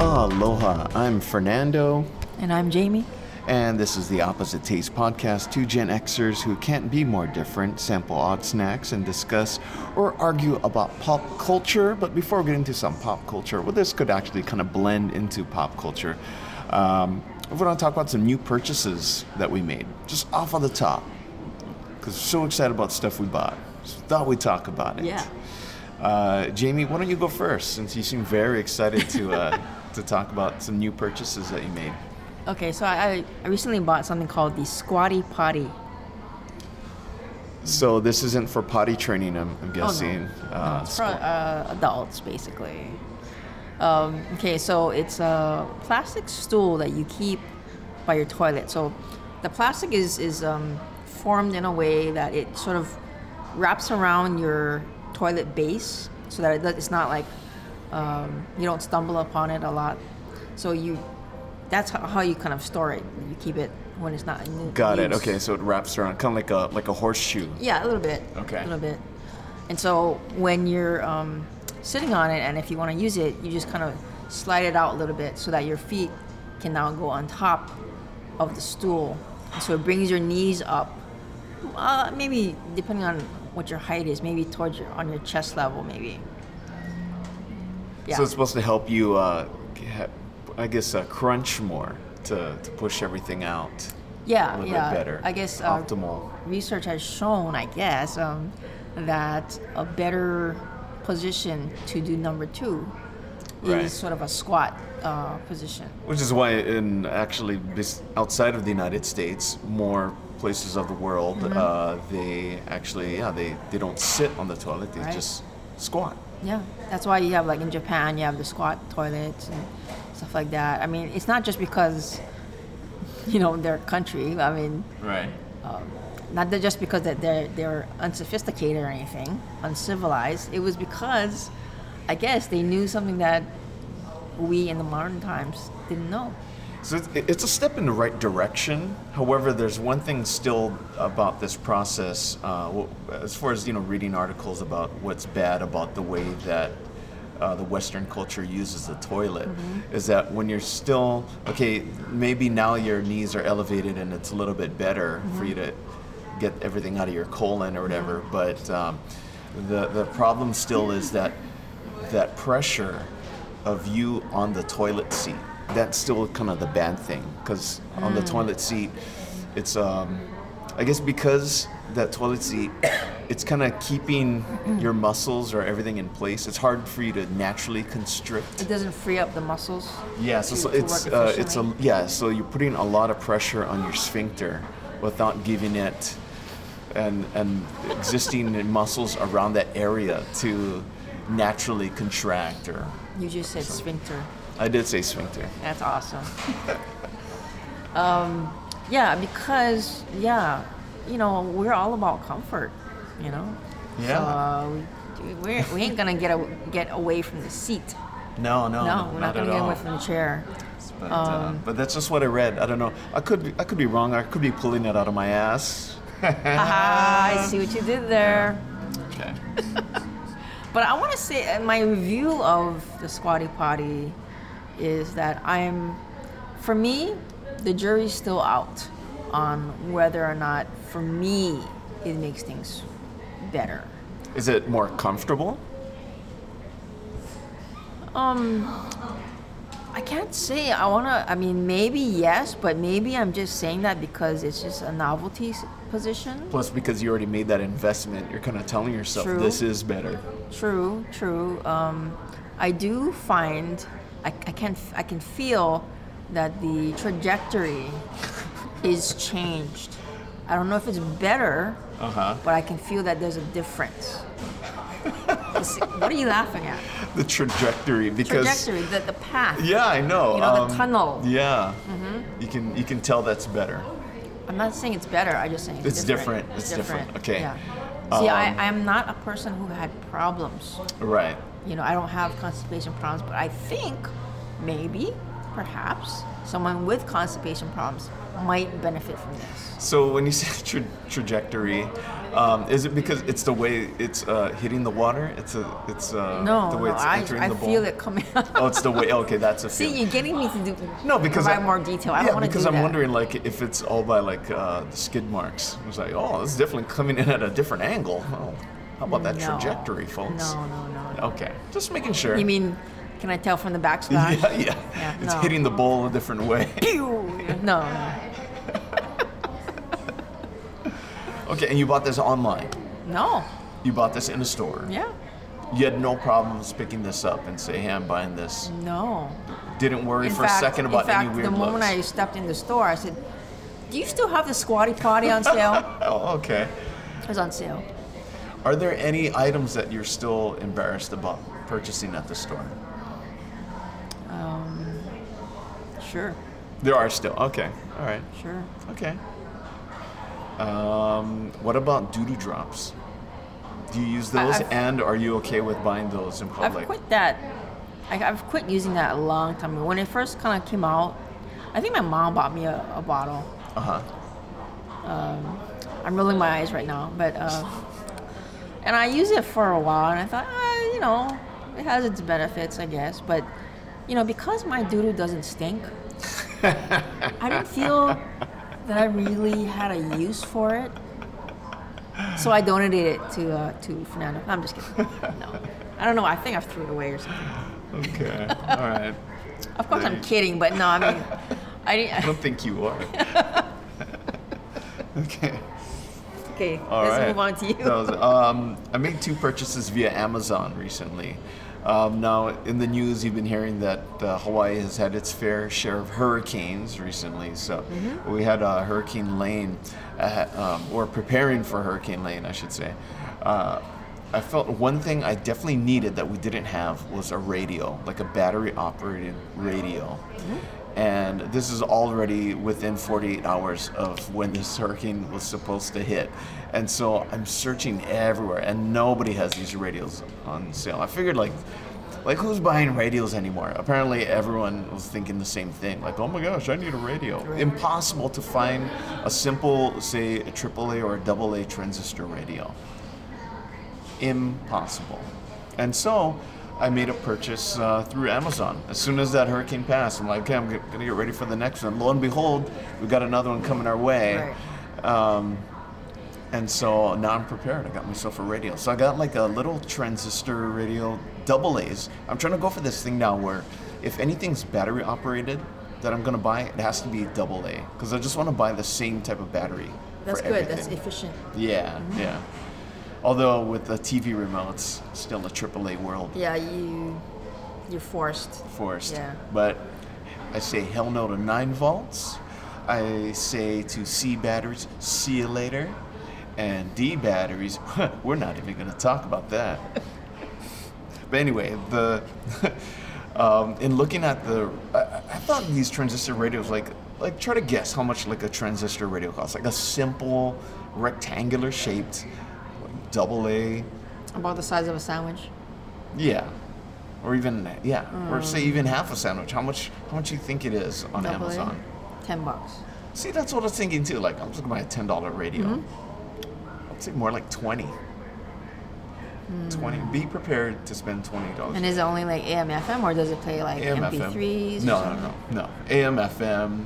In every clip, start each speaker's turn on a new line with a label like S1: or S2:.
S1: Aloha, I'm Fernando,
S2: And I'm Jamie.
S1: and this is the Opposite Taste podcast. Two Gen Xers who can't be more different sample odd snacks and discuss or argue about pop culture. But before we get into some pop culture, well, this could actually kind of blend into pop culture. Um, we're going to talk about some new purchases that we made, just off of the top, because we're so excited about stuff we bought. So thought we'd talk about it.
S2: Yeah.
S1: Uh, Jamie, why don't you go first since you seem very excited to uh, to talk about some new purchases that you made?
S2: Okay, so I, I recently bought something called the Squatty Potty.
S1: So this isn't for potty training, I'm, I'm guessing. Uh,
S2: Oh, It's for uh, adults, basically. Um, okay, so it's a plastic stool that you keep by your toilet. So the plastic is, is um, formed in a way that it sort of wraps around your toilet base so that it- it's not like um, you don't stumble upon it a lot. So you, that's ho- how you kind of store it. You keep it when it's not. in
S1: Got it.
S2: use.
S1: Okay, so it wraps around, kind of like a like a horseshoe.
S2: Yeah, a little bit.
S1: Okay.
S2: A little bit. And so when you're um, sitting on it, and if you want to use it, you just kind of slide it out a little bit so that your feet can now go on top of the stool. And so it brings your knees up, uh, maybe depending on what your height is, maybe towards your on your chest level, maybe. Yeah.
S1: So it's supposed to help you, uh, g- ha- I guess, uh, crunch more to, to push everything out.
S2: yeah,
S1: a little
S2: yeah.
S1: bit better.
S2: I guess uh,
S1: optimal.
S2: research has shown, I guess, um, that a better position to do number two
S1: Right.
S2: is sort of a squat uh, position.
S1: Which is why, in actually bes- outside of the United States, more places of the world,
S2: Mm-hmm.
S1: uh, they actually, yeah, they, they don't sit on the toilet; they
S2: Right.
S1: just squat.
S2: Yeah, that's why you have like in Japan, you have the squat toilets and stuff like that. I mean, it's not just because you know their country. I mean,
S1: Right.
S2: not that just because that they're they're unsophisticated or anything, uncivilized. It was because, I guess, they knew something that we in the modern times didn't know.
S1: So it's- it's a step in the right direction. However, there's one thing still about this process, uh, w- as far as you know, reading articles about what's bad about the way that uh, the Western culture uses the toilet, is that when you're still okay, maybe now your knees are elevated and it's a little bit better for you to get everything out of your colon or whatever. But um, the the problem still is that that pressure of you on the toilet seat. That's still kind of the bad thing because on the toilet seat, it's um, I guess because that toilet seat, it's kind of keeping your muscles or everything in place. It's hard for you to naturally constrict.
S2: It doesn't free up the muscles.
S1: Yeah, so,
S2: to-
S1: so
S2: to
S1: it's
S2: work
S1: uh, it's a
S2: efficiently.
S1: yeah. So you're putting a lot of pressure on your sphincter without giving it and and existing muscles around that area to naturally contract or
S2: You just said sphincter.
S1: I did say sphincter.
S2: That's awesome. um, yeah, because yeah, you know we're all about comfort. You know.
S1: Yeah.
S2: So, uh, we, we're, we ain't gonna get a, get away from the seat.
S1: No, Oh, no,
S2: No, we're not,
S1: at
S2: gonna get Um,
S1: all.
S2: away from the chair.
S1: But, uh, but that's just what I read. I don't know. I could be, I could be wrong. I could be pulling it out of my ass.
S2: Haha,
S1: Ah.
S2: I see what you did there.
S1: Okay.
S2: But I want to say uh, my review of the Squatty Potty is that I'm, for me, the jury's still out on whether or not, for me, it makes things better.
S1: Is it more comfortable?
S2: I can't say I want to, I mean, maybe yes, but maybe I'm just saying that because it's just a novelty s- position.
S1: Plus, because you already made that investment, you're kind of telling yourself
S2: True.
S1: this is better.
S2: True, true. Um, I do find I, I can I can feel that the trajectory is changed. I don't know if it's better,
S1: Uh huh.
S2: but I can feel that there's a difference. It's- what are you laughing at?
S1: the trajectory because
S2: Trajectory, the, the path.
S1: yeah, I know.
S2: You know, the
S1: um,
S2: tunnel. Mm-hmm.
S1: Yeah, you can you can tell that's better.
S2: I'm not saying it's better. I'm just saying it's,
S1: It's different, it's different, okay.
S2: Yeah. See,
S1: Um,
S2: I, I'm not a person who had problems.
S1: Right.
S2: You know, I don't have constipation problems, but I think maybe, perhaps, someone with constipation problems might benefit from this.
S1: So when you say tra- trajectory, um, is it because it's the way it's uh, hitting the water? It's a it's uh,
S2: No,
S1: the way
S2: no,
S1: it's
S2: I,
S1: entering
S2: I
S1: the bowl.
S2: feel it coming out.
S1: Oh, it's the way. Okay, that's a
S2: See,
S1: feeling.
S2: you're getting me to do
S1: No, because
S2: provide
S1: I-
S2: more detail. I
S1: yeah,
S2: don't want to
S1: because
S2: do
S1: I'm
S2: that.
S1: wondering like if it's all by like uh, the skid marks. It was like, oh, this is definitely coming in at a different angle. Oh, how about that
S2: No.
S1: trajectory, folks?
S2: No, no, no, no.
S1: Okay, just making sure.
S2: You mean, can I tell from the backsplash?
S1: Yeah, yeah.
S2: Yeah,
S1: it's
S2: no.
S1: hitting the bowl a different way.
S2: Pew! No.
S1: okay, and you bought this online.
S2: No.
S1: You bought this in a store.
S2: Yeah.
S1: You had no problems picking this up and say, "Hey, I'm buying this."
S2: No.
S1: Didn't worry for a second about
S2: in fact,
S1: any weird
S2: the moment
S1: looks.
S2: I stepped in the store, I said, "Do you still have the squatty potty on sale?"
S1: Oh, okay.
S2: it was on sale.
S1: Are there any items that you're still embarrassed about purchasing at the store?
S2: Sure,
S1: There are still. Okay. All right.
S2: sure.
S1: Okay. Um, what about doodoo drops? Do you use
S2: I-
S1: those,
S2: I've-
S1: and are you okay with buying those in
S2: I've
S1: public?
S2: quit that. I, I've quit using that a long time ago. When it first kind of came out, I think my mom bought me a, a bottle.
S1: Uh huh.
S2: I'm rolling my eyes right now, but uh, and I used it for a while, and I thought, ah, you know, it has its benefits, I guess, but you know, because my doodoo doesn't stink, I didn't feel that I really had a use for it, so I donated it to uh, to Fernando. No, I'm just kidding. No, I don't know. I think I've threw it away or something.
S1: Okay. All right.
S2: Of course,
S1: There
S2: I'm
S1: you-
S2: kidding, but no, I mean, I
S1: I
S2: didn't.
S1: don't think you are. okay.
S2: Okay,
S1: All
S2: let's
S1: right.
S2: move on to you.
S1: That was- um, I made two purchases via Amazon recently. Um, now, in the news, you've been hearing that uh, Hawaii has had its fair share of hurricanes recently. So,
S2: Mm-hmm.
S1: we had uh, Hurricane Lane, uh, um, or preparing for Hurricane Lane, I should say. Uh, I felt one thing I definitely needed that we didn't have was a radio, like a battery operated radio. And this is already within 48 hours of when this hurricane was supposed to hit. And so I'm searching everywhere, and nobody has these radios on sale. I figured, like, like who's buying radios anymore? Apparently, everyone was thinking the same thing. Like, oh my gosh, I need a radio. Impossible to find a simple, say, a AAA or a AA transistor radio impossible. And so I made a purchase uh, through Amazon. As soon as that hurricane passed, I'm like, okay, I'm going to get ready for the next one. Lo and behold, we got another one coming our way. Um, and so now I'm prepared. I got myself a radio. So I got like a little transistor radio, double A's. I'm trying to go for this thing now where if anything's battery operated that I'm going to buy, it has to be double A because I just want to buy the same type of battery.
S2: That's
S1: for
S2: good. That's
S1: everything.
S2: efficient.
S1: Yeah, yeah. Although with the TV remotes, still a AAA world
S2: Yeah, you you're forced.
S1: forced.
S2: Yeah.
S1: But I say hell no to 9 volts. I say to C batteries, see you later. And D batteries, we're not even going to talk about that. but anyway, the um, in looking at the, I, I I thought these transistor radios like like try to guess how much like a transistor radio costs. Like a simple rectangular shaped like, double A
S2: About the size of a sandwich.
S1: yeah, or even yeah, or say even half a sandwich. How much? How much you think it is on
S2: Mm. Double A.
S1: Amazon?
S2: Ten bucks.
S1: See, that's what I was thinking too. Like I'm just gonna buy a ten dollar radio.
S2: Mm-hmm.
S1: I'd say more like twenty. Twenty. Be prepared to spend twenty dollars.
S2: Mm. And is it only like AM FM or does it play like MP3s? or
S1: No, no,
S2: something?
S1: no, no. AM, FM,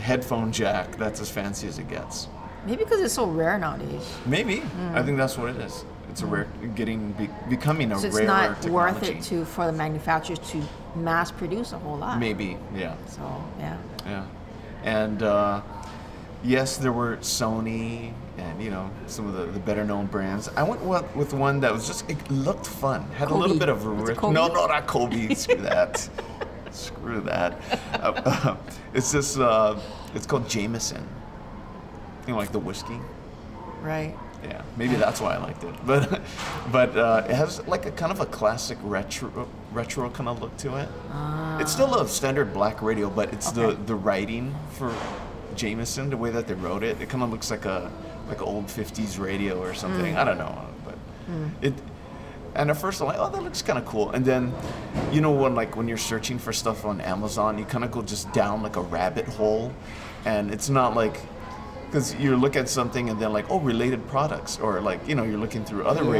S1: headphone jack. That's as fancy as it gets.
S2: Maybe because it's so rare nowadays.
S1: Maybe.
S2: Mm.
S1: I think that's what it is. It's a rare, getting be, becoming a
S2: So it's
S1: rarer
S2: not worth
S1: technology.
S2: it to for the manufacturers to mass produce a whole lot.
S1: Maybe. Yeah.
S2: So yeah.
S1: Yeah. And uh, yes, there were Sony and you know some of the, the better known brands. I went with, with one that was just it looked fun, had a little
S2: Kobe.
S1: bit of
S2: Was it
S1: rich-
S2: Kobe?
S1: no, no, not Kobe. Screw that. Screw that. Uh, it's this. Uh, it's called Jameson. You know, like the whiskey.
S2: Right.
S1: yeah, maybe that's why I liked it. But but uh, it has like a kind of a classic retro retro kind of look to it. It's still a standard black radio, but it's the the writing for Jameson, the way that they wrote it, it kind of looks like a like an old '50s radio or something. I don't know, but it. And at first I'm like, oh, that looks kind of cool. And then, you know, when like when you're searching for stuff on Amazon, you kind of go just down like a rabbit hole, and it's not like because you look at something and then like, oh, related products, or like you know, you're looking through other
S2: Yeah.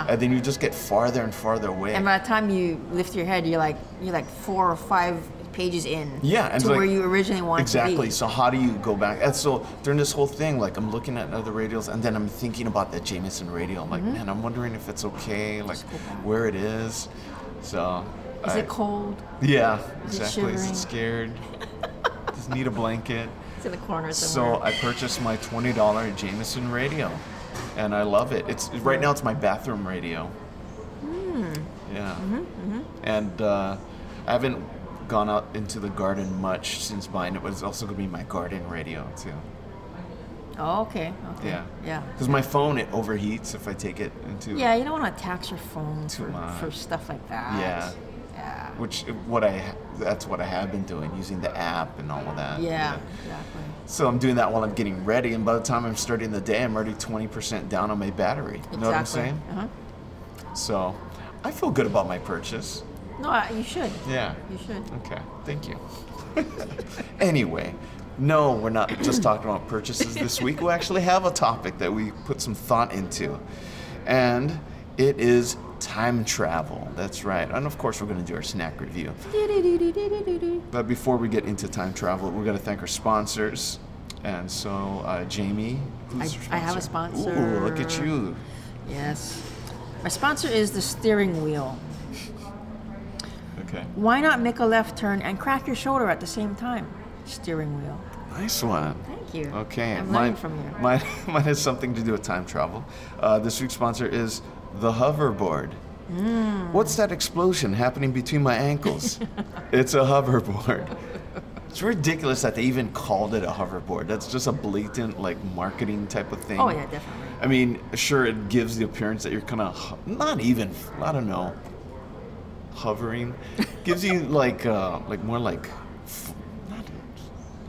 S1: radios, and then you just get farther and farther away.
S2: And by the time you lift your head, you're like you're like four or five pages in.
S1: Yeah, and
S2: to
S1: like-
S2: where you originally wanted to be.
S1: exactly. So how do you go back? And so during this whole thing, like I'm looking at other radios, and then I'm thinking about that Jameson radio. I'm like,
S2: Mm-hmm.
S1: man, I'm wondering if it's okay, like
S2: go back.
S1: where it is. So
S2: Is
S1: I-
S2: it cold?
S1: Yeah,
S2: Is it
S1: exactly. Is
S2: shivering?
S1: it scared? Just need a blanket.
S2: It's in the corner somewhere.
S1: So I purchased my twenty dollar Jameson radio, and I love it. It's right now it's my bathroom radio.
S2: Hmm.
S1: Yeah.
S2: Mm-hmm,
S1: And uh, I haven't gone out into the garden much since buying it, but it's also gonna be my garden radio too.
S2: oh, okay. Okay.
S1: Yeah.
S2: Yeah.
S1: Because my phone it overheats if I take it into.
S2: Yeah, you don't want to tax your phone
S1: Too
S2: for,
S1: much.
S2: for stuff like that.
S1: Yeah.
S2: Yeah.
S1: Which what I ha- that's what I have been doing using the app and all of that.
S2: Yeah, exactly.
S1: So I'm doing that while I'm getting ready, and by the time I'm starting the day, I'm already 20% down on my battery. You know what I'm
S2: exactly.
S1: saying?
S2: Uh-huh.
S1: So I feel good about my purchase.
S2: No, I- you should.
S1: Yeah.
S2: You should.
S1: Okay. Thank you. anyway, no, we're not just talking about purchases this week. We actually have a topic that we put some thought into, and it is time travel. That's right. And of course, we're going to do our snack review. But before we get into time travel, we're going to thank our sponsors. And so, uh, Jamie, who's
S2: I-
S1: your
S2: I have a
S1: Ooh, look at
S2: sponsor.
S1: you.
S2: Yes. Our sponsor is the steering wheel.
S1: Okay.
S2: Why not make a left turn and crack your shoulder at the same time? Steering wheel.
S1: Nice one.
S2: Thank you.
S1: Okay,
S2: I'm
S1: mine,
S2: learning from you.
S1: Mine, mine has something to do with time travel. Uh, this week's sponsor is the hoverboard.
S2: Hmm.
S1: What's that explosion happening between my ankles? it's a hoverboard. It's ridiculous that they even called it a hoverboard. That's just a blatant like marketing type of thing.
S2: Oh, yeah, definitely.
S1: I mean, sure, it gives the appearance that you're kind of not even. I don't know. Hovering gives you like uh, like more like f- not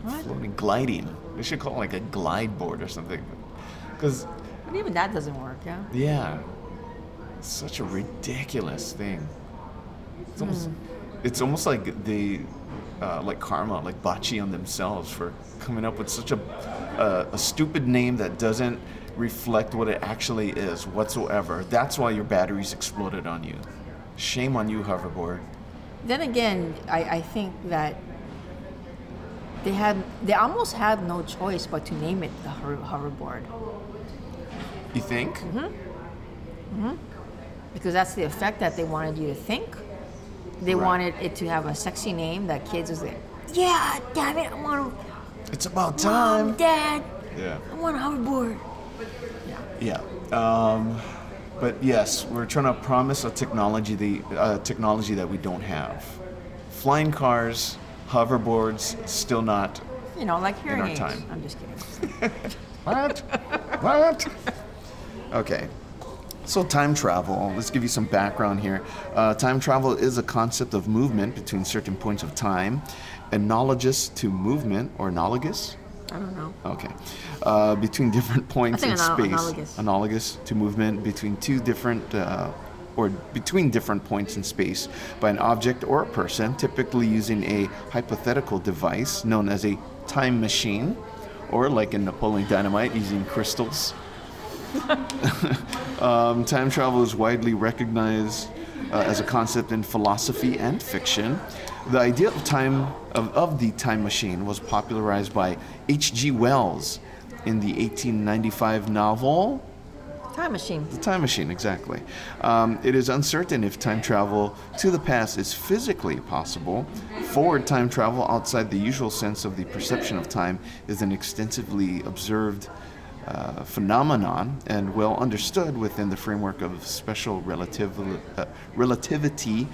S2: What?
S1: floating gliding. They should call it like a glide board or something, because
S2: But even that doesn't work, yeah?
S1: yeah, it's such a ridiculous thing. It's almost it's almost like they uh, like karma, like bocce on themselves for coming up with such a uh, a stupid name that doesn't reflect what it actually is whatsoever. That's why your batteries exploded on you. Shame on you, hoverboard.
S2: Then again, I, I think that they had they almost had no choice but to name it the hover, hoverboard
S1: You think?
S2: because that's the effect that they wanted you to think. They
S1: Right.
S2: wanted it to have a sexy name that kids was like, yeah, damn it, I want to,
S1: It's about
S2: mom,
S1: time.
S2: dad,
S1: Yeah.
S2: I want a hoverboard.
S1: Yeah. Um, but yes, we're trying to promise a technology the uh, technology that we don't have. Flying cars, hoverboards, still not.
S2: You know, like hearing
S1: our
S2: aids.
S1: time.
S2: I'm just kidding.
S1: What? what? Okay. So, time travel, let's give you some background here. Uh, time travel is a concept of movement between certain points of time, analogous to movement, or analogous,
S2: I don't know.
S1: Okay. Uh, between different points
S2: think
S1: in
S2: anal-
S1: space.
S2: analogous.
S1: Analogous to movement between two different. Uh, or between different points in space by an object or a person, typically using a hypothetical device known as a time machine, or like in Napoleon Dynamite, using crystals. Um, time travel is widely recognized uh, as a concept in philosophy and fiction. The idea of time of, of the time machine was popularized by H.G. Wells in the 1895 novel
S2: Time machine.
S1: The Time Machine. Exactly. Um, it is uncertain if time travel to the past is physically possible. Forward time travel outside the usual sense of the perception of time is an extensively observed uh, phenomenon and well understood within the framework of special relativ- uh, relativity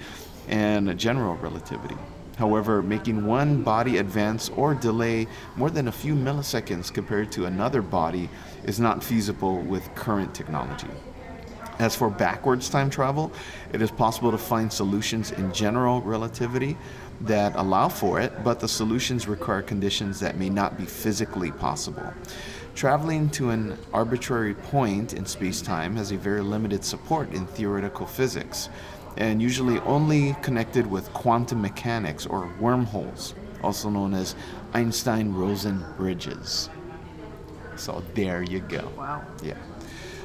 S1: and general relativity. However, making one body advance or delay more than a few milliseconds compared to another body is not feasible with current technology. As for backwards time travel, it is possible to find solutions in general relativity that allow for it, but the solutions require conditions that may not be physically possible. Traveling to an arbitrary point in space time has a very limited support in theoretical physics, and usually only connected with quantum mechanics or wormholes, also known as Einstein Rosen bridges. So there you go.
S2: Wow.
S1: Yeah.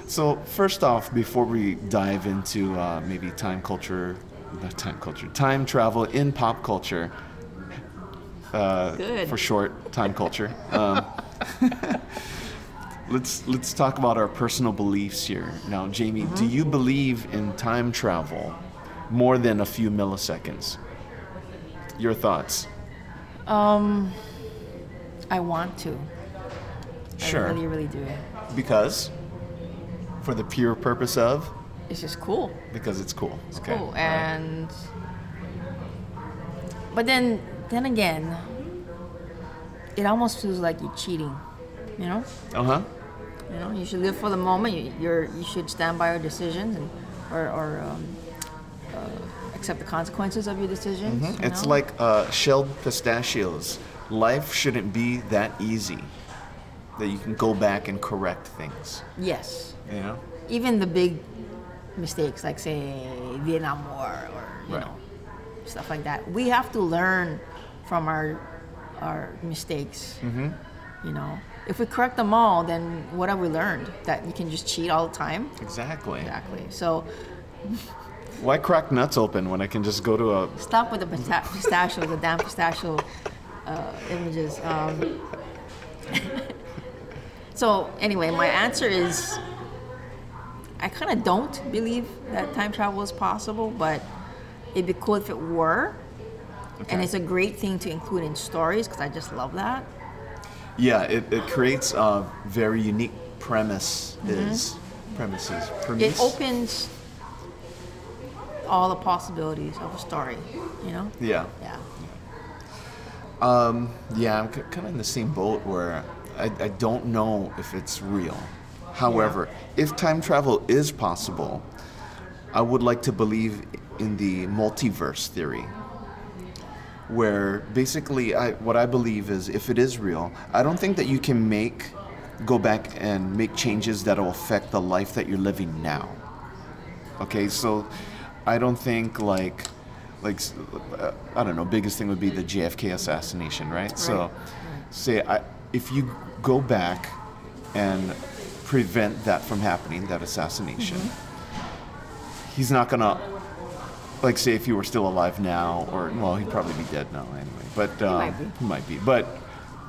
S1: So first off, before we dive into uh, maybe time culture, not time culture, time travel in pop culture, uh,
S2: Good.
S1: for short, time culture. Um, let's let's talk about our personal beliefs here. Now, Jamie, do
S2: Mm-hmm.
S1: you believe in time travel more than a few milliseconds? Your thoughts?
S2: Um, I want to.
S1: Sure.
S2: I really, really do.
S1: Because for the pure purpose of
S2: It's just cool.
S1: because it's cool.
S2: It's cool. And but then then again, it almost feels like you're cheating. You know?
S1: Uh huh.
S2: You know, you should live for the moment. You, you're you should stand by your decisions and or, or um, uh, accept the consequences of your decisions. you
S1: It's
S2: know?
S1: like uh, shelled pistachios. Life shouldn't be that easy. That you can go back and correct things.
S2: yes,
S1: You know.
S2: even the big mistakes like say Vietnam War or you
S1: Right.
S2: know stuff like that. We have to learn from our our mistakes. Mm-hmm. You know, if we correct them all, then what have we learned? That you can just cheat all the time.
S1: Exactly.
S2: Exactly. So
S1: Why crack nuts open when I can just go to a
S2: stop with the pista- pistachio, the damn pistachio uh, images. Um, so anyway, my answer is I kind of don't believe that time travel is possible, but it'd be cool if it were. And it's a great thing to include in stories because I just love that.
S1: Yeah, it, it creates a very unique premise is premises.
S2: It
S1: Premise.
S2: opens all the possibilities of a story, you know?
S1: Yeah.
S2: Yeah.
S1: Yeah, I'm kind of in the same boat where I, I don't know if it's real. However, if time travel is possible, I would like to believe in the multiverse theory. Where basically, I, what I believe is if it is real, I don't think that you can make, go back and make changes that will affect the life that you're living now. Okay, so I don't think like, like s- uh, I don't know. Biggest thing would be the JFK assassination, right? So, say I, if you go back and prevent that from happening, that assassination, he's not gonna. Like, say if you were still alive now, or well, he'd probably be dead now anyway. But um,
S2: might be.
S1: he might be, but.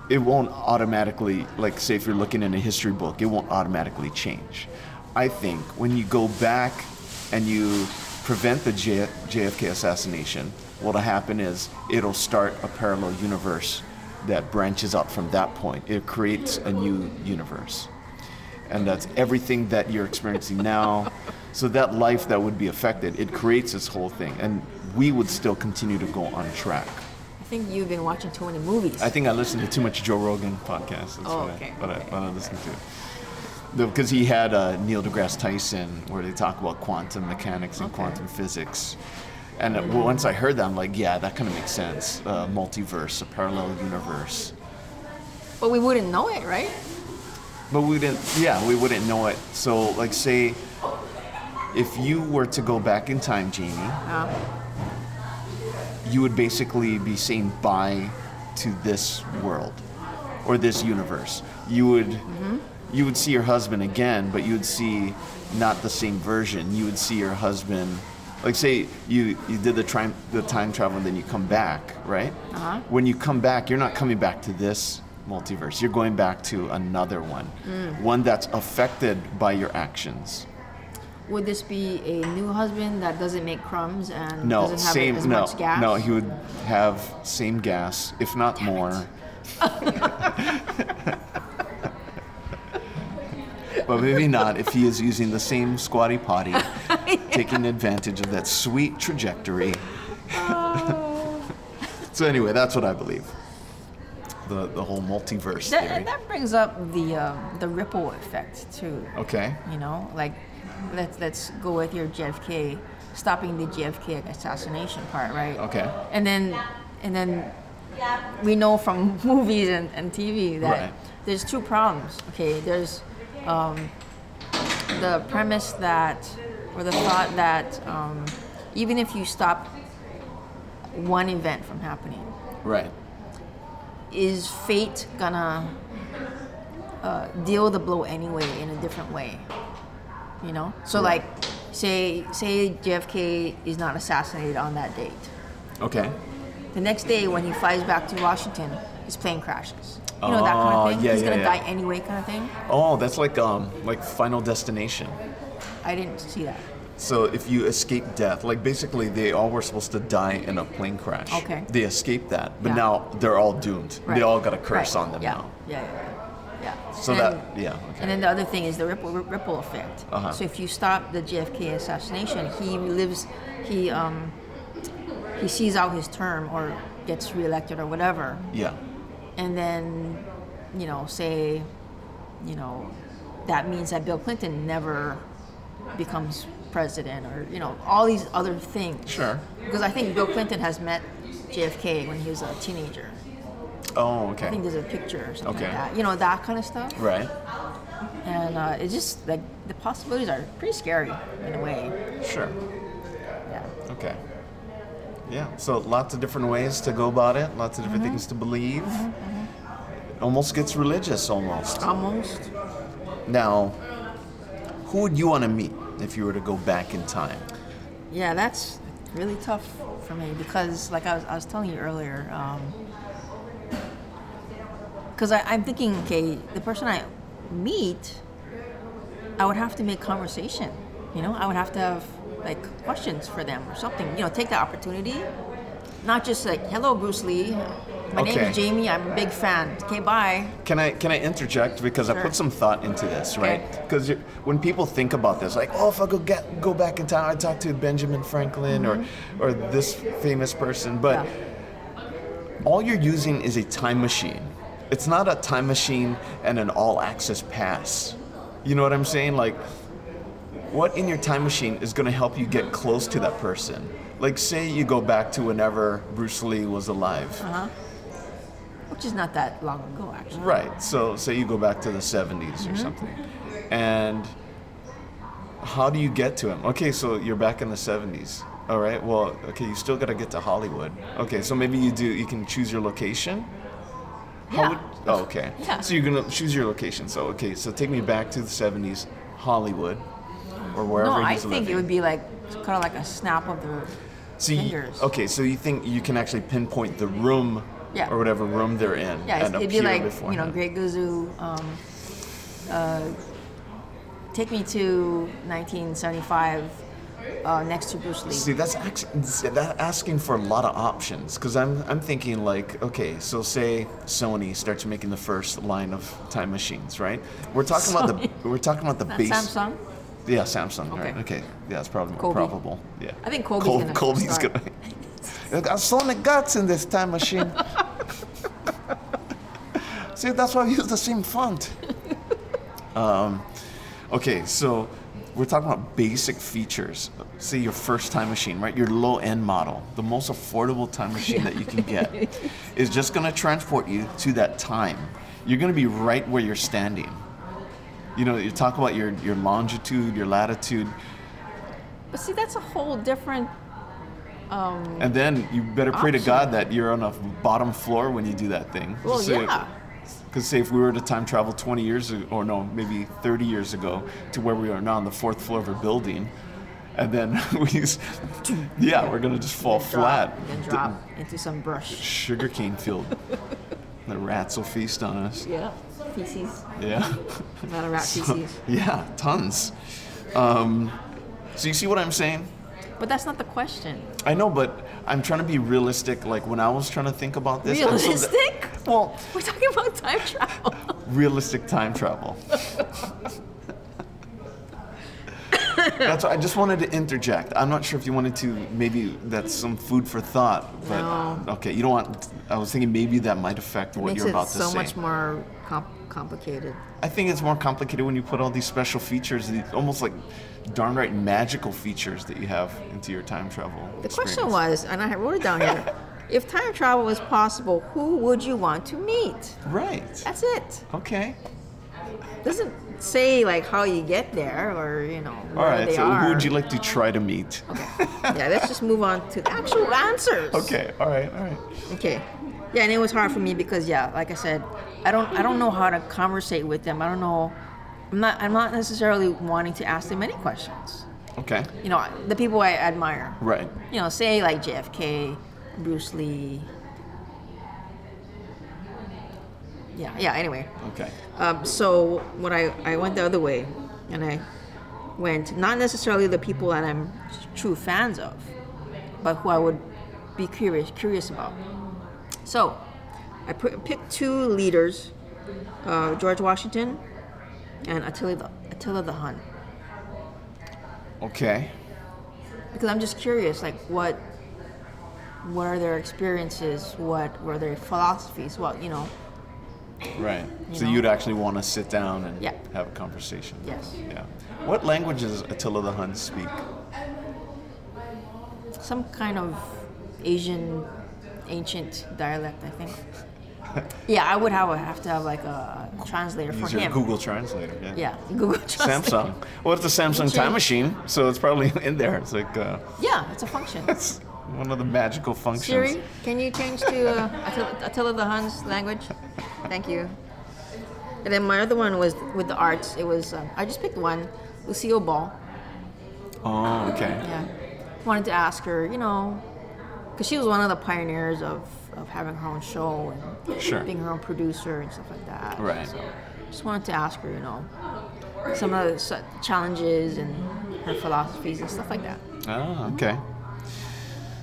S1: It won't automatically, like, say, if you're looking in a history book, it won't automatically change. I think when you go back and you prevent the J- JFK assassination, what'll happen is it'll start a parallel universe that branches out from that point. It creates a new universe. And that's everything that you're experiencing now. So that life that would be affected, it creates this whole thing. And we would still continue to go on track.
S2: I think you've been watching too many movies.
S1: I think I listened to too much Joe Rogan podcast. That's
S2: Oh,
S1: what,
S2: okay,
S1: I, what, I,
S2: okay.
S1: what I listened to. Because he had uh, Neil deGrasse Tyson, where they talk about quantum mechanics and
S2: Okay.
S1: quantum physics. And uh, well, once I heard that, I'm like, yeah, that kind of makes sense. Uh, multiverse, a parallel universe.
S2: But we wouldn't know it, right?
S1: But we didn't, yeah, we wouldn't know it. So, like, say, if you were to go back in time, Jamie,
S2: Uh,
S1: you would basically be saying bye to this world or this universe. You would you would see your husband again, but you would see not the same version. You would see your husband like say you you did the time the time travel and then you come back, right?
S2: Uh-huh.
S1: When you come back, you're not coming back to this multiverse. You're going back to another one. One that's affected by your actions.
S2: Would this be a new husband that doesn't make crumbs and
S1: No,
S2: doesn't have
S1: same.
S2: as
S1: no,
S2: much gas?
S1: no, he would have same gas, if not more. but maybe not if he is using the same squatty potty,
S2: Oh.
S1: taking advantage of that sweet trajectory. So anyway, that's what I believe. The the whole multiverse
S2: That,
S1: theory.
S2: that brings up the um, the ripple effect too.
S1: Okay.
S2: You know, like let's let's go with your JFK stopping the JFK assassination part, right?
S1: Okay.
S2: And then and then we know from movies and, and TV that
S1: Right.
S2: there's two problems. Okay, there's um, the premise that or the thought that um, even if you stop one event from happening,
S1: Right.
S2: is fate gonna uh, deal the blow anyway in a different way you know so like say say jfk is not assassinated on that date
S1: Okay.
S2: the next day when he flies back to washington his plane crashes you know that kind
S1: Oh,
S2: of thing
S1: yeah,
S2: he's
S1: yeah,
S2: gonna
S1: yeah.
S2: die anyway kind of thing
S1: Oh, that's like um like Final Destination.
S2: i didn't see that
S1: So if you escape death, like basically they all were supposed to die in a plane crash.
S2: Okay.
S1: They escaped that, but
S2: Yeah.
S1: now they're all doomed. They
S2: Right.
S1: all got a curse
S2: Right.
S1: on them
S2: yeah.
S1: now.
S2: Yeah, yeah, yeah. yeah.
S1: So
S2: And-
S1: that yeah, okay.
S2: And then the other thing is the ripple ripple effect.
S1: Uh-huh.
S2: So if you stop the JFK assassination, he lives, he um, he sees out his term or gets reelected or whatever,
S1: yeah.
S2: and then, you know, say, you know, that means that Bill Clinton never becomes president or you know all these other things.
S1: Sure.
S2: Because I think Bill Clinton has met JFK when he was a teenager.
S1: Oh,
S2: I think
S1: okay.
S2: there's a picture or something
S1: Okay.
S2: like that. You know that kind of stuff
S1: Right.
S2: and uh, it's just like the possibilities are pretty scary in a way.
S1: Sure.
S2: Yeah.
S1: Okay. Yeah. So lots of different ways to go about it. Lots of
S2: Mm-hmm.
S1: different things to believe. Almost gets religious, almost.
S2: Um, Almost.
S1: Now, who would you want to meet if you were to go back in time?
S2: Yeah, that's really tough for me because, like I was, I was telling you earlier, because I I'm thinking, okay, the person I meet, I would have to make conversation. You know, I would have to have like questions for them or something. You know, take the opportunity, not just like, "Hello, Bruce Lee. My name
S1: Okay.
S2: is Jamie. I'm a big fan. Okay, bye."
S1: Can I can I interject because I put
S2: Sure.
S1: some thought into this, right?
S2: Okay.
S1: Because when people think about this, like, oh, if I go get, go back in time, I talk to Benjamin Franklin or or this famous person, but
S2: Mm-hmm. Yeah.
S1: all you're using is a time machine. It's not a time machine and an all-access pass. You know what I'm saying? Like, what in your time machine is going to help you get close to that person? Like, say you go back to whenever Bruce Lee was alive.
S2: Which is not that long ago, actually.
S1: Right. So say you go back to the 70s
S2: Mm-hmm.
S1: or something. And how do you get to him? Okay, so you're back in the 70s. All right. Well, okay, you still got to get to Hollywood. Okay, so maybe you do you can choose your location. How
S2: Yeah.
S1: would Oh, okay.
S2: Yeah.
S1: So you're going to choose your location. So okay, so take me back to the 70s, Hollywood or wherever
S2: No, I
S1: he's
S2: think
S1: living.
S2: it would be like kind of like a snap of the.
S1: so you,
S2: fingers.
S1: okay, so you think you can actually pinpoint the room
S2: Yeah.
S1: or whatever room they're in
S2: Yeah,
S1: and
S2: it'd be
S1: appear
S2: like you know,
S1: beforehand.
S2: Great Gazoo. Um, uh, take me to 1975, uh, next to Bruce Lee.
S1: See, that's ax- that asking for a lot of options because I'm I'm thinking like, okay, so say Sony starts making the first line of time machines, right? We're talking about the we're talking about the
S2: Not
S1: base.
S2: Samsung.
S1: Yeah, Samsung.
S2: Okay.
S1: Right. Okay. Yeah, it's probably more
S2: Colby.
S1: probable. Yeah.
S2: I think Colby's gonna
S1: Colby's
S2: start.
S1: gonna. Look, I saw the guts in this time machine. See, that's why we use the same font. um, okay, so we're talking about basic features. Say your first time machine, right? Your low-end model, the most affordable time machine that you can get, is just gonna transport you to that time. You're gonna be right where you're standing. You know, you talk about your, your longitude, your latitude,
S2: But see, that's a whole different.
S1: and then you better pray to
S2: Option.
S1: God that you're on a bottom floor when you do that thing.
S2: Well,
S1: Say-
S2: yeah.
S1: Because say if we were to time travel 20 years ago, or no, maybe 30 years ago, to where we are now on the fourth floor of a building, and then we, s- yeah, we're gonna just fall flat.
S2: Drop, and drop into some brush.
S1: Sugarcane field. the rats will feast on us.
S2: Yeah. Feces.
S1: Yeah.
S2: A lot of rat feces.
S1: yeah, tons. Um, so you see what I'm saying?
S2: But that's not the question.
S1: I know, but I'm trying to be realistic. Like when I was trying to think about this, and so the-
S2: Realistic?
S1: well,
S2: We're talking about time travel.
S1: realistic time travel. That's I just wanted to interject. I'm not sure if you wanted to. Maybe that's some food for thought. But
S2: No.
S1: okay, you don't want. I was thinking maybe that might affect what
S2: makes
S1: you're
S2: it
S1: about to
S2: so
S1: say.
S2: much more com- complicated.
S1: I think it's more complicated when you put all these special features, these almost like darn right magical features that you have into your time travel.
S2: The question was, and I wrote it down here: if time travel was possible, who would you want to meet?
S1: Right.
S2: That's it.
S1: Okay.
S2: Doesn't say like how you get there or you know where
S1: All right.
S2: they
S1: So
S2: are.
S1: who would you like to try to meet?
S2: yeah, let's just move on to the actual answers.
S1: Okay. All right. All right.
S2: Okay. Yeah, and it was hard for me because yeah, like I said, I don't I don't know how to conversate with them. I don't know. I'm not I'm not necessarily wanting to ask them any questions.
S1: Okay.
S2: You know, the people I admire.
S1: Right.
S2: You know, say like JFK, Bruce Lee. Yeah. Yeah. Anyway.
S1: Okay.
S2: Um, so when I, I went the other way, and I went not necessarily the people that I'm true fans of, but who I would be curious curious about. So I put, picked two leaders, uh, George Washington and Attila the, Attila the Hun,
S1: Okay.
S2: because I'm just curious, like what what are their experiences, what were their philosophies, what you know.
S1: Right.
S2: You
S1: so
S2: know?
S1: you'd actually want to sit down and
S2: Yeah.
S1: have a conversation.
S2: Yes.
S1: Yeah. What languages Attila the Hun speak?
S2: some kind of Asian ancient dialect, I think. yeah, I would have, a, have to have like a translator for
S1: Use your
S2: him.
S1: Google translator. Yeah.
S2: Yeah, Google Translate.
S1: Samsung. Well, it's a Samsung time machine, so it's probably in there. It's like uh,
S2: Yeah, it's a function.
S1: it's one of the magical functions.
S2: Siri, can you change to uh, Attila, Attila the Hun's language? Thank you. And then my other one was with the arts. It was um, I just picked one, Lucille Ball.
S1: Oh, okay.
S2: Yeah, wanted to ask her, you know, because she was one of the pioneers of, of having her own show and
S1: Sure.
S2: being her own producer and stuff like that.
S1: Right.
S2: So just wanted to ask her, you know, some of the s- challenges and her philosophies and stuff like that.
S1: Ah, okay.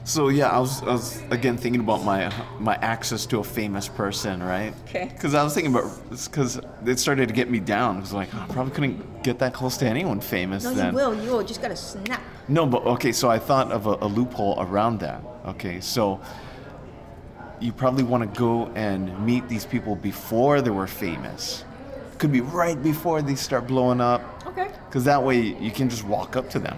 S1: So yeah, I was, I was again thinking about my my access to a famous person, right?
S2: 'Kay.
S1: Because I was thinking about because it started to get me down. It was like I probably couldn't get that close to anyone famous
S2: No,
S1: then.
S2: you will. You will. Just gotta snap.
S1: No, but okay, so I thought of a, a loophole around that. Okay, so you probably want to go and meet these people before they were famous. Could be right before they start blowing up,
S2: Okay.
S1: because that way you can just walk up to them,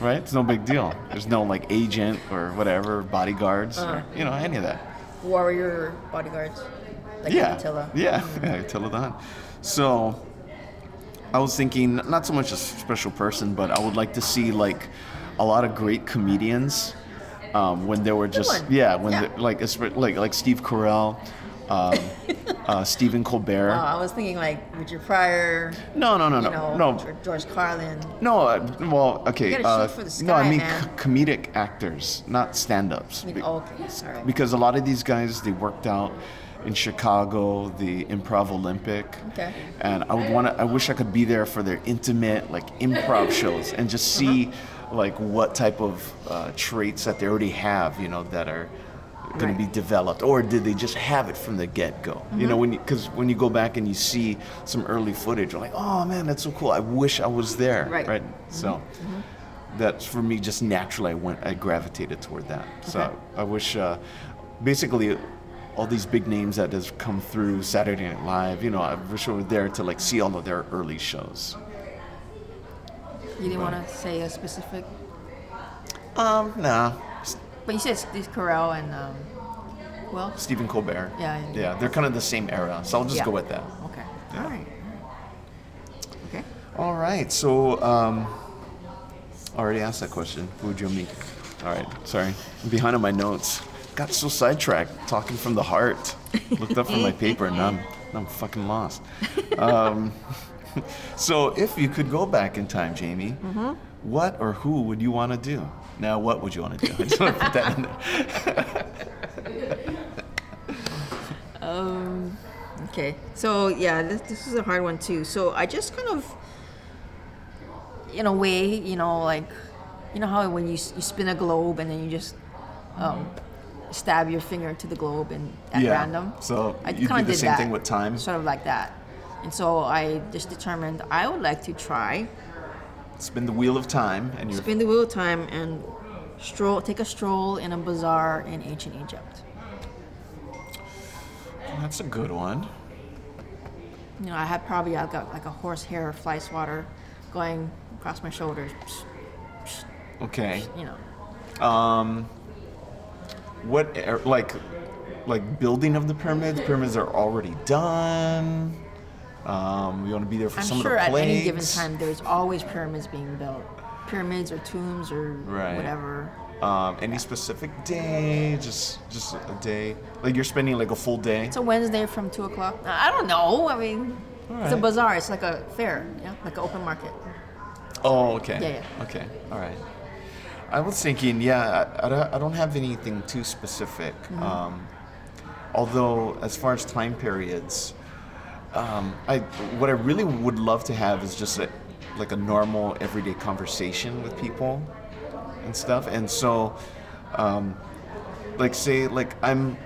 S1: right? It's no big deal. There's no like agent or whatever, bodyguards,
S2: Uh.
S1: or you know, any of that.
S2: Warrior bodyguards, like
S1: yeah.
S2: Attila.
S1: Yeah, yeah, Attila the Hun. So I was thinking, not so much a special person, but I would like to see like a lot of great comedians um, when they were just
S2: one.
S1: yeah, when
S2: Yeah.
S1: they- like espe- like like Steve Carell, um, uh, Stephen Colbert.
S2: Uh, I was thinking like Richard Pryor,
S1: no, no, no,
S2: you
S1: no,
S2: know,
S1: no.
S2: Geor- George Carlin.
S1: No, uh, well, okay.
S2: You gotta
S1: uh,
S2: shoot for the
S1: no, I
S2: sky,
S1: mean
S2: man.
S1: c- comedic actors, not stand-ups.
S2: I mean,
S1: Be-
S2: oh, okay, sorry.
S1: because a lot of these guys they worked out in Chicago, the Improv Olympic.
S2: Okay.
S1: And I would want to. I wish I could be there for their intimate like improv shows and just
S2: Uh-huh.
S1: see like what type of uh, traits that they already have, you know, that are going
S2: Right. Uh-huh.
S1: to be developed, or did they just have it from the get-go? You know, when because when you go back and you see some early footage, you're like, oh man, that's so cool. I wish I was there.
S2: Right. Mm-hmm.
S1: So that's for me just naturally I went I gravitated toward that. So I wish uh, basically all these big names that has come through Saturday Night Live, you know, I wish I were there to like see all of their early shows.
S2: You didn't want to say a specific,
S1: Um, nah. S-
S2: but you said Steve Carell and um, who else?
S1: Stephen Colbert.
S2: Yeah, yeah.
S1: Yeah, they're kind of the same era. So I'll just
S2: Yeah.
S1: go with that.
S2: Okay.
S1: Yeah.
S2: All right. Okay.
S1: All right. So um I already asked that question. Who would you meet? All right. Sorry. I'm behind on my notes. Got so sidetracked talking from the heart. Looked up from my paper and now I'm, now I'm fucking lost. Um, so if you could go back in time, Jamie, what or who would you want to do? Now, what would you want to do? I just want to put that in there.
S2: Um, okay. So yeah, this, this is a hard one too. So I just kind of, in a way, you know, like, you know how when you s- you spin a globe and then you just um, stab your finger to the globe and at
S1: Yeah.
S2: random.
S1: So
S2: I
S1: you do
S2: kinda
S1: the
S2: did
S1: same
S2: that,
S1: thing with time?
S2: Sort of like that. And so I just determined I would like to try
S1: spin the wheel of time, and you're
S2: Spin the wheel of time and stroll. Take a stroll in a bazaar in ancient Egypt.
S1: that's a good one.
S2: You know, I had probably I've got like a horsehair fly swatter going across my shoulders. Psh,
S1: Okay.
S2: You know,
S1: What er, like like building of the pyramids? Pyramids are already done. Um, you want to be there for
S2: I'm
S1: some
S2: sure
S1: of the
S2: at
S1: plagues.
S2: any given time there's always pyramids being built, pyramids or tombs or
S1: Right.
S2: whatever.
S1: Um, any specific day? Just just a day. Like you're spending like a full day.
S2: It's a Wednesday from two o'clock. I don't know. I mean, it's a
S1: Alright.
S2: bazaar. It's like a fair, yeah, like an open market.
S1: Oh, okay.
S2: Yeah, yeah.
S1: Okay. All right. I was thinking, yeah, I, I don't- I don't have anything too specific.
S2: Mm-hmm.
S1: Um, although, as far as time periods, um, I what I really would love to have is just a, like a normal everyday conversation with people and stuff. And so, um, like, say, like I'm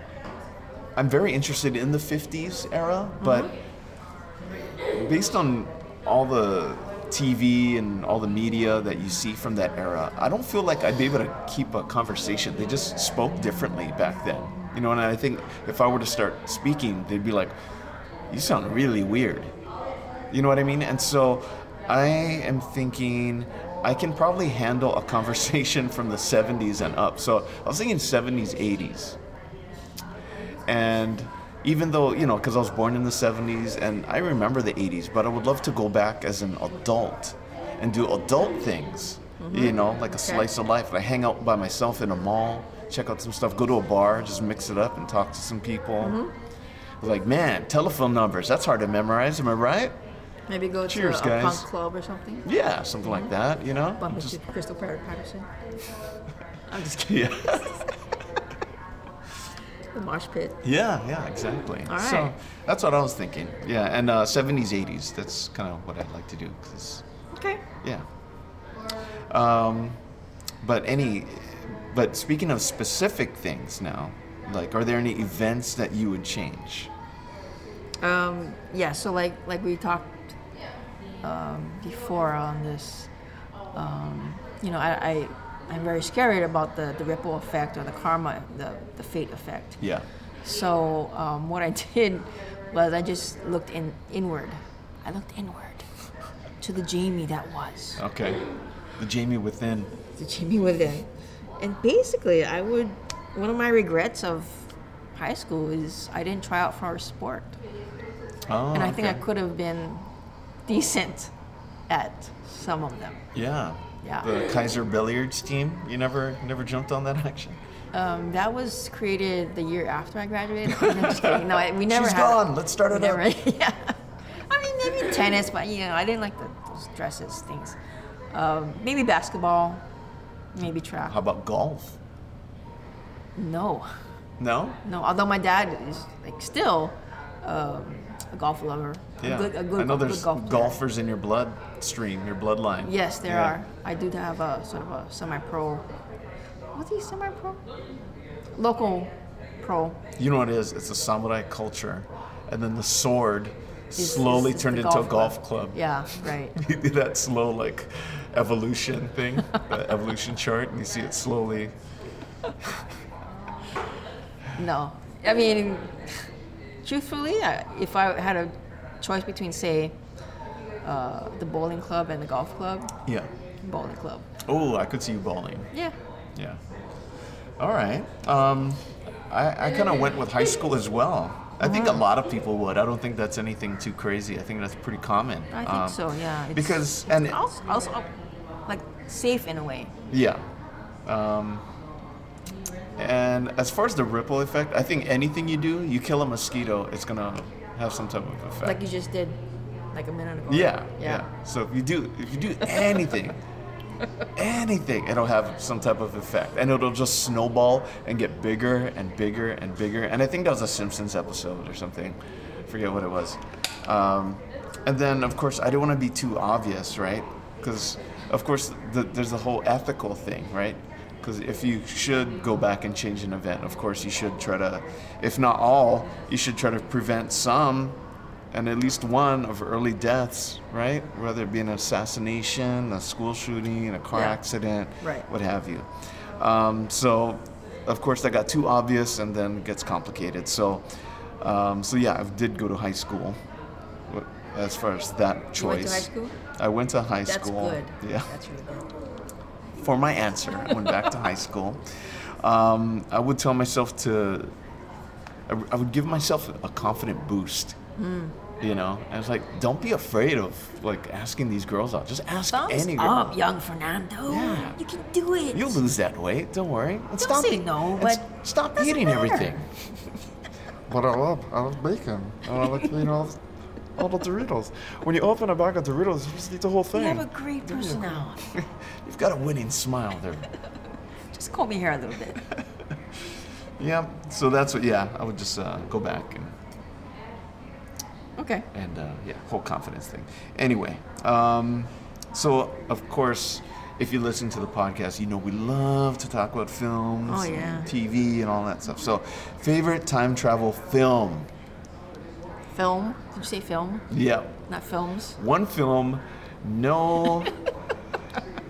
S1: I'm very interested in the '50s era, but
S2: Mm-hmm.
S1: based on all the TV and all the media that you see from that era, I don't feel like I'd be able to keep a conversation. They just spoke differently back then. You know, and I think if I were to start speaking, they'd be like, you sound really weird. You know what I mean? And so I am thinking I can probably handle a conversation from the 70s and up. So I was thinking 70s, 80s and even though you know because i was born in the 70s and i remember the 80s but i would love to go back as an adult and do adult things you know like a slice of life i hang out by myself in a mall check out some stuff go to a bar just mix it up and talk to some people like man telephone numbers that's hard to memorize am i right
S2: Maybe go
S1: Cheers,
S2: to a, a punk
S1: guys.
S2: club or something.
S1: yeah something like that you know
S2: Bump
S1: Just-
S2: into Crystal Pat- Patterson,
S1: I'm just kidding. yeah
S2: the marsh pit.
S1: yeah, yeah, exactly
S2: All
S1: so
S2: right.
S1: that's what i was thinking yeah and uh, 70s 80s that's kind of what i'd like to do because
S2: Okay.
S1: Yeah. Um, but any, but speaking of specific things now, like, are there any events that you would change?
S2: Um, yeah. So like like we talked um, before on this, um, you know, I, I I'm very scared about the, the ripple effect or the karma, the the fate effect.
S1: Yeah.
S2: So um, what I did was I just looked in inward. I looked inward to the Jamie that was.
S1: Okay. The Jamie within.
S2: the Jimmy Within. And basically, I would. One of my regrets of high school is I didn't try out for a sport,
S1: Oh.
S2: and I think I
S1: okay.
S2: could have been decent at some of them.
S1: Yeah.
S2: Yeah.
S1: The Kaiser Billiards team. You never, never jumped on that action.
S2: Um, that was created the year after I graduated. No, I'm just kidding. No, I- we never
S1: She's
S2: had.
S1: gone. Let's start
S2: we
S1: it
S2: never,
S1: up.
S2: Yeah. I mean, maybe tennis, but you know, I didn't like the, those dresses things. Um, maybe basketball, maybe track.
S1: How about golf?
S2: No.
S1: No.
S2: No, although my dad is like still um, a golf lover.
S1: Yeah.
S2: A good, a good,
S1: I know
S2: good
S1: there's
S2: golf player.
S1: golfers in your blood stream, your bloodline.
S2: Yes, there
S1: Yeah.
S2: are. I do have a sort of a semi-pro. Was he semi-pro? Local pro.
S1: You know what it is? It's a samurai culture, and then the sword
S2: is-
S1: slowly
S2: is- is
S1: turned
S2: the
S1: into a golf club.
S2: Yeah, right.
S1: you do that slow like evolution thing, the evolution chart, and you see it slowly.
S2: No, I mean, truthfully, I- if I had a choice between, say, uh, the bowling club and the golf club,
S1: Yeah.
S2: bowling club.
S1: Oh, I could see you bowling.
S2: Yeah.
S1: Yeah. All right. Um, I, I kind of went with high school as well. I think
S2: Uh-huh.
S1: a lot of people would. I don't think that's anything too crazy. I think that's pretty common.
S2: I think
S1: Um,
S2: so. Yeah. It's,
S1: because-
S2: it's
S1: and it-
S2: also, also like safe in a way.
S1: Yeah. Um, and as far as the ripple effect, I think anything you do, you kill a mosquito, it's gonna have some type of effect.
S2: like you just did like a minute ago.
S1: Yeah,
S2: Yeah.
S1: yeah. So if you do if you do anything, anything, it'll have some type of effect, and it'll just snowball and get bigger and bigger and bigger. And I think that was a Simpsons episode or something. I forget what it was. Um, and then of course I don't want to be too obvious, right? Because of course the, there's the whole ethical thing, right? Because if you should go back and change an event, of course you should try to, if not all, you should try to prevent some and at least one of early deaths, right? Whether it be an assassination, a school shooting, a car
S2: Yeah.
S1: accident,
S2: Right.
S1: what have you. Um, so, of course, that got too obvious and then it gets complicated. So, um, so yeah, I did go to high school. wh- As far as that choice,
S2: You went to high school?
S1: I went to high
S2: That's
S1: school.
S2: good.
S1: Yeah
S2: That's really good.
S1: for my answer. I went back to high school. Um, I would tell myself to, I, I would give myself a confident boost.
S2: Hmm.
S1: You know, I was like, don't be afraid of like asking these girls out. Just ask
S2: Thumbs
S1: any girl.
S2: up, young Fernando.
S1: Yeah.
S2: You can do it.
S1: You'll lose that weight. Don't worry. And stop
S2: say
S1: eat-
S2: no,
S1: and
S2: but
S1: s- stop
S2: doesn't
S1: eating
S2: matter.
S1: everything.
S3: But I love, I love bacon.
S1: And I like to eat all, all the Doritos. When you open a bag of Doritos, you just eat the whole
S2: You
S1: thing.
S2: have a great personality.
S1: You've got a winning smile there.
S2: Just comb your hair a little bit.
S1: yeah. So that's what. Yeah, I would just uh, go back and
S2: Okay.
S1: and uh, yeah, whole confidence thing. Anyway, um, so of course, if you listen to the podcast, you know we love to talk about films,
S2: Oh,
S1: and
S2: yeah.
S1: TV, and all that stuff. So, favorite time travel film?
S2: Film. Did you say film?
S1: Yeah,
S2: Not films.
S1: one film, no,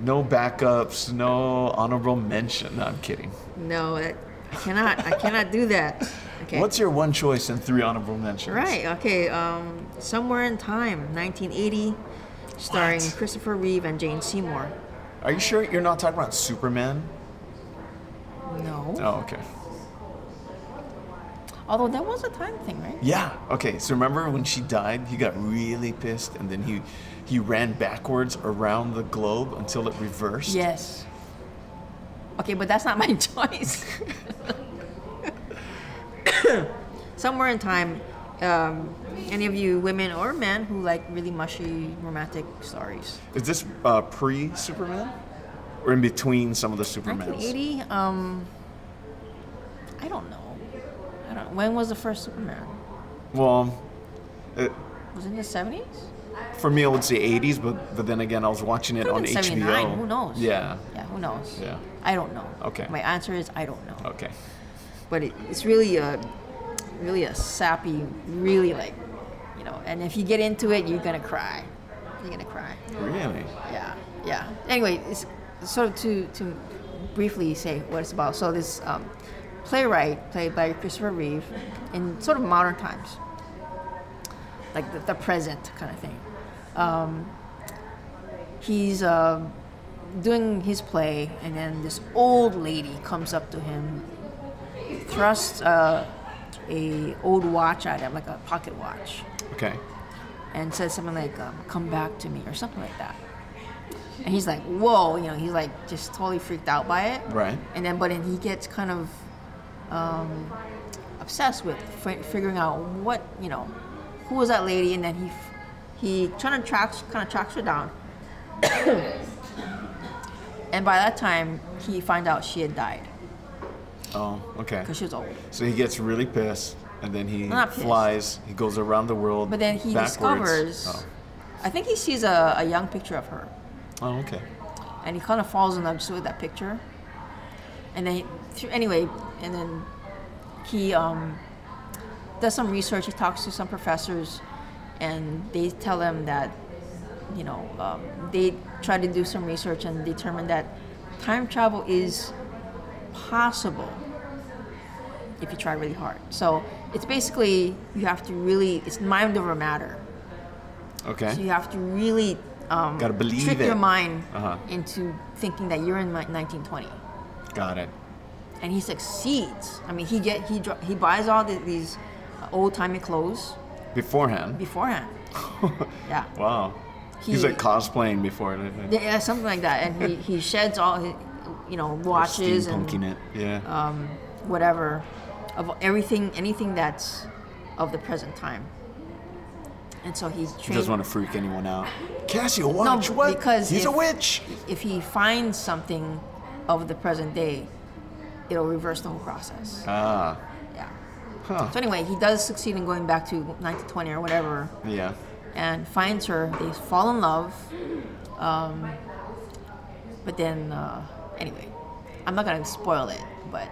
S1: no backups, no honorable mention. No, I'm kidding.
S2: No, that, I cannot. I cannot do that. Okay.
S1: What's your one choice and three honorable mentions?
S2: Right. Okay. Um, somewhere in time, 1980, starring
S1: What?
S2: Christopher Reeve and Jane Seymour.
S1: Are you sure you're not talking about Superman?
S2: No.
S1: Oh, okay.
S2: Although that was a time thing, right?
S1: Yeah. Okay. So remember when she died, he got really pissed, and then he he ran backwards around the globe until it reversed.
S2: Yes. Okay, but that's not my choice. Somewhere in time, um, any of you women or men who like really mushy romantic stories?
S1: Is this uh, pre Superman, or in between some of the Supermans?
S2: 1980. Um, I don't know. I don't. When was the first Superman?
S1: Well, it,
S2: Was it in the 70s?
S1: for me, I would say 80s, but but then again, I was watching it
S2: Could
S1: on
S2: have been 79,
S1: HBO.
S2: Who knows?
S1: Yeah.
S2: Yeah, who knows?
S1: Yeah.
S2: I don't know.
S1: Okay.
S2: My answer is I don't know.
S1: Okay.
S2: But it, it's really a, really a sappy, really like, you know. And if you get into it, you're gonna cry. You're gonna cry.
S1: Really?
S2: Yeah. Yeah. Anyway, it's sort of to to briefly say what it's about. So this um, playwright, played by Christopher Reeve, in sort of modern times, like the, the present kind of thing. Um, he's uh, doing his play, and then this old lady comes up to him, thrusts uh, a old watch at him, like a pocket watch,
S1: Okay.
S2: and says something like, um, "Come back to me" or something like that. And he's like, "Whoa!" You know, he's like just totally freaked out by it.
S1: Right.
S2: And then, but then he gets kind of um, obsessed with fi- figuring out what you know, who was that lady, and then he f- he trying to tracks kind of tracks her down. and by that time, he find out she had died
S1: Oh, okay.
S2: because she was old.
S1: So he gets really pissed, and then he
S2: Not pissed.
S1: flies. He goes around the world.
S2: But then he
S1: backwards.
S2: discovers. I think he sees a, a young picture of her.
S1: Oh. oh, okay.
S2: and he kind of falls in love just with that picture. And then, th- anyway, and then he um, does some research. He talks to some professors, and they tell him that, you know, um, they try to do some research and determine that time travel is possible if you try really hard. So it's basically you have to really it's mind over matter.
S1: Okay.
S2: So you have to really um,
S1: Gotta believe
S2: trick
S1: it.
S2: your mind
S1: Uh-huh.
S2: into thinking that you're in mi- 1920,
S1: Got it.
S2: and he succeeds. I mean, he get he dr- he buys all the, these old timey clothes
S1: Beforehand.
S2: beforehand. yeah.
S1: Wow. He's
S2: He-
S1: like cosplaying before it, I think.
S2: yeah, yeah, something like that, and he, he sheds all his, you know, watches
S1: Steampunking
S2: and Uh,
S1: it. Yeah.
S2: whatever of everything, anything that's of the present time. And so he's
S1: he
S2: trained.
S1: doesn't want to freak anyone out. Cassie, watch what?
S2: because
S1: He's a
S2: if-
S1: witch.
S2: if he finds something of the present day, it'll reverse the whole process.
S1: Ah.
S2: Yeah.
S1: Huh.
S2: So anyway, he does succeed in going back to 1920 or whatever,
S1: Yeah.
S2: and finds her. They fall in love. Um, but then, uh, anyway, I'm not gonna spoil it, but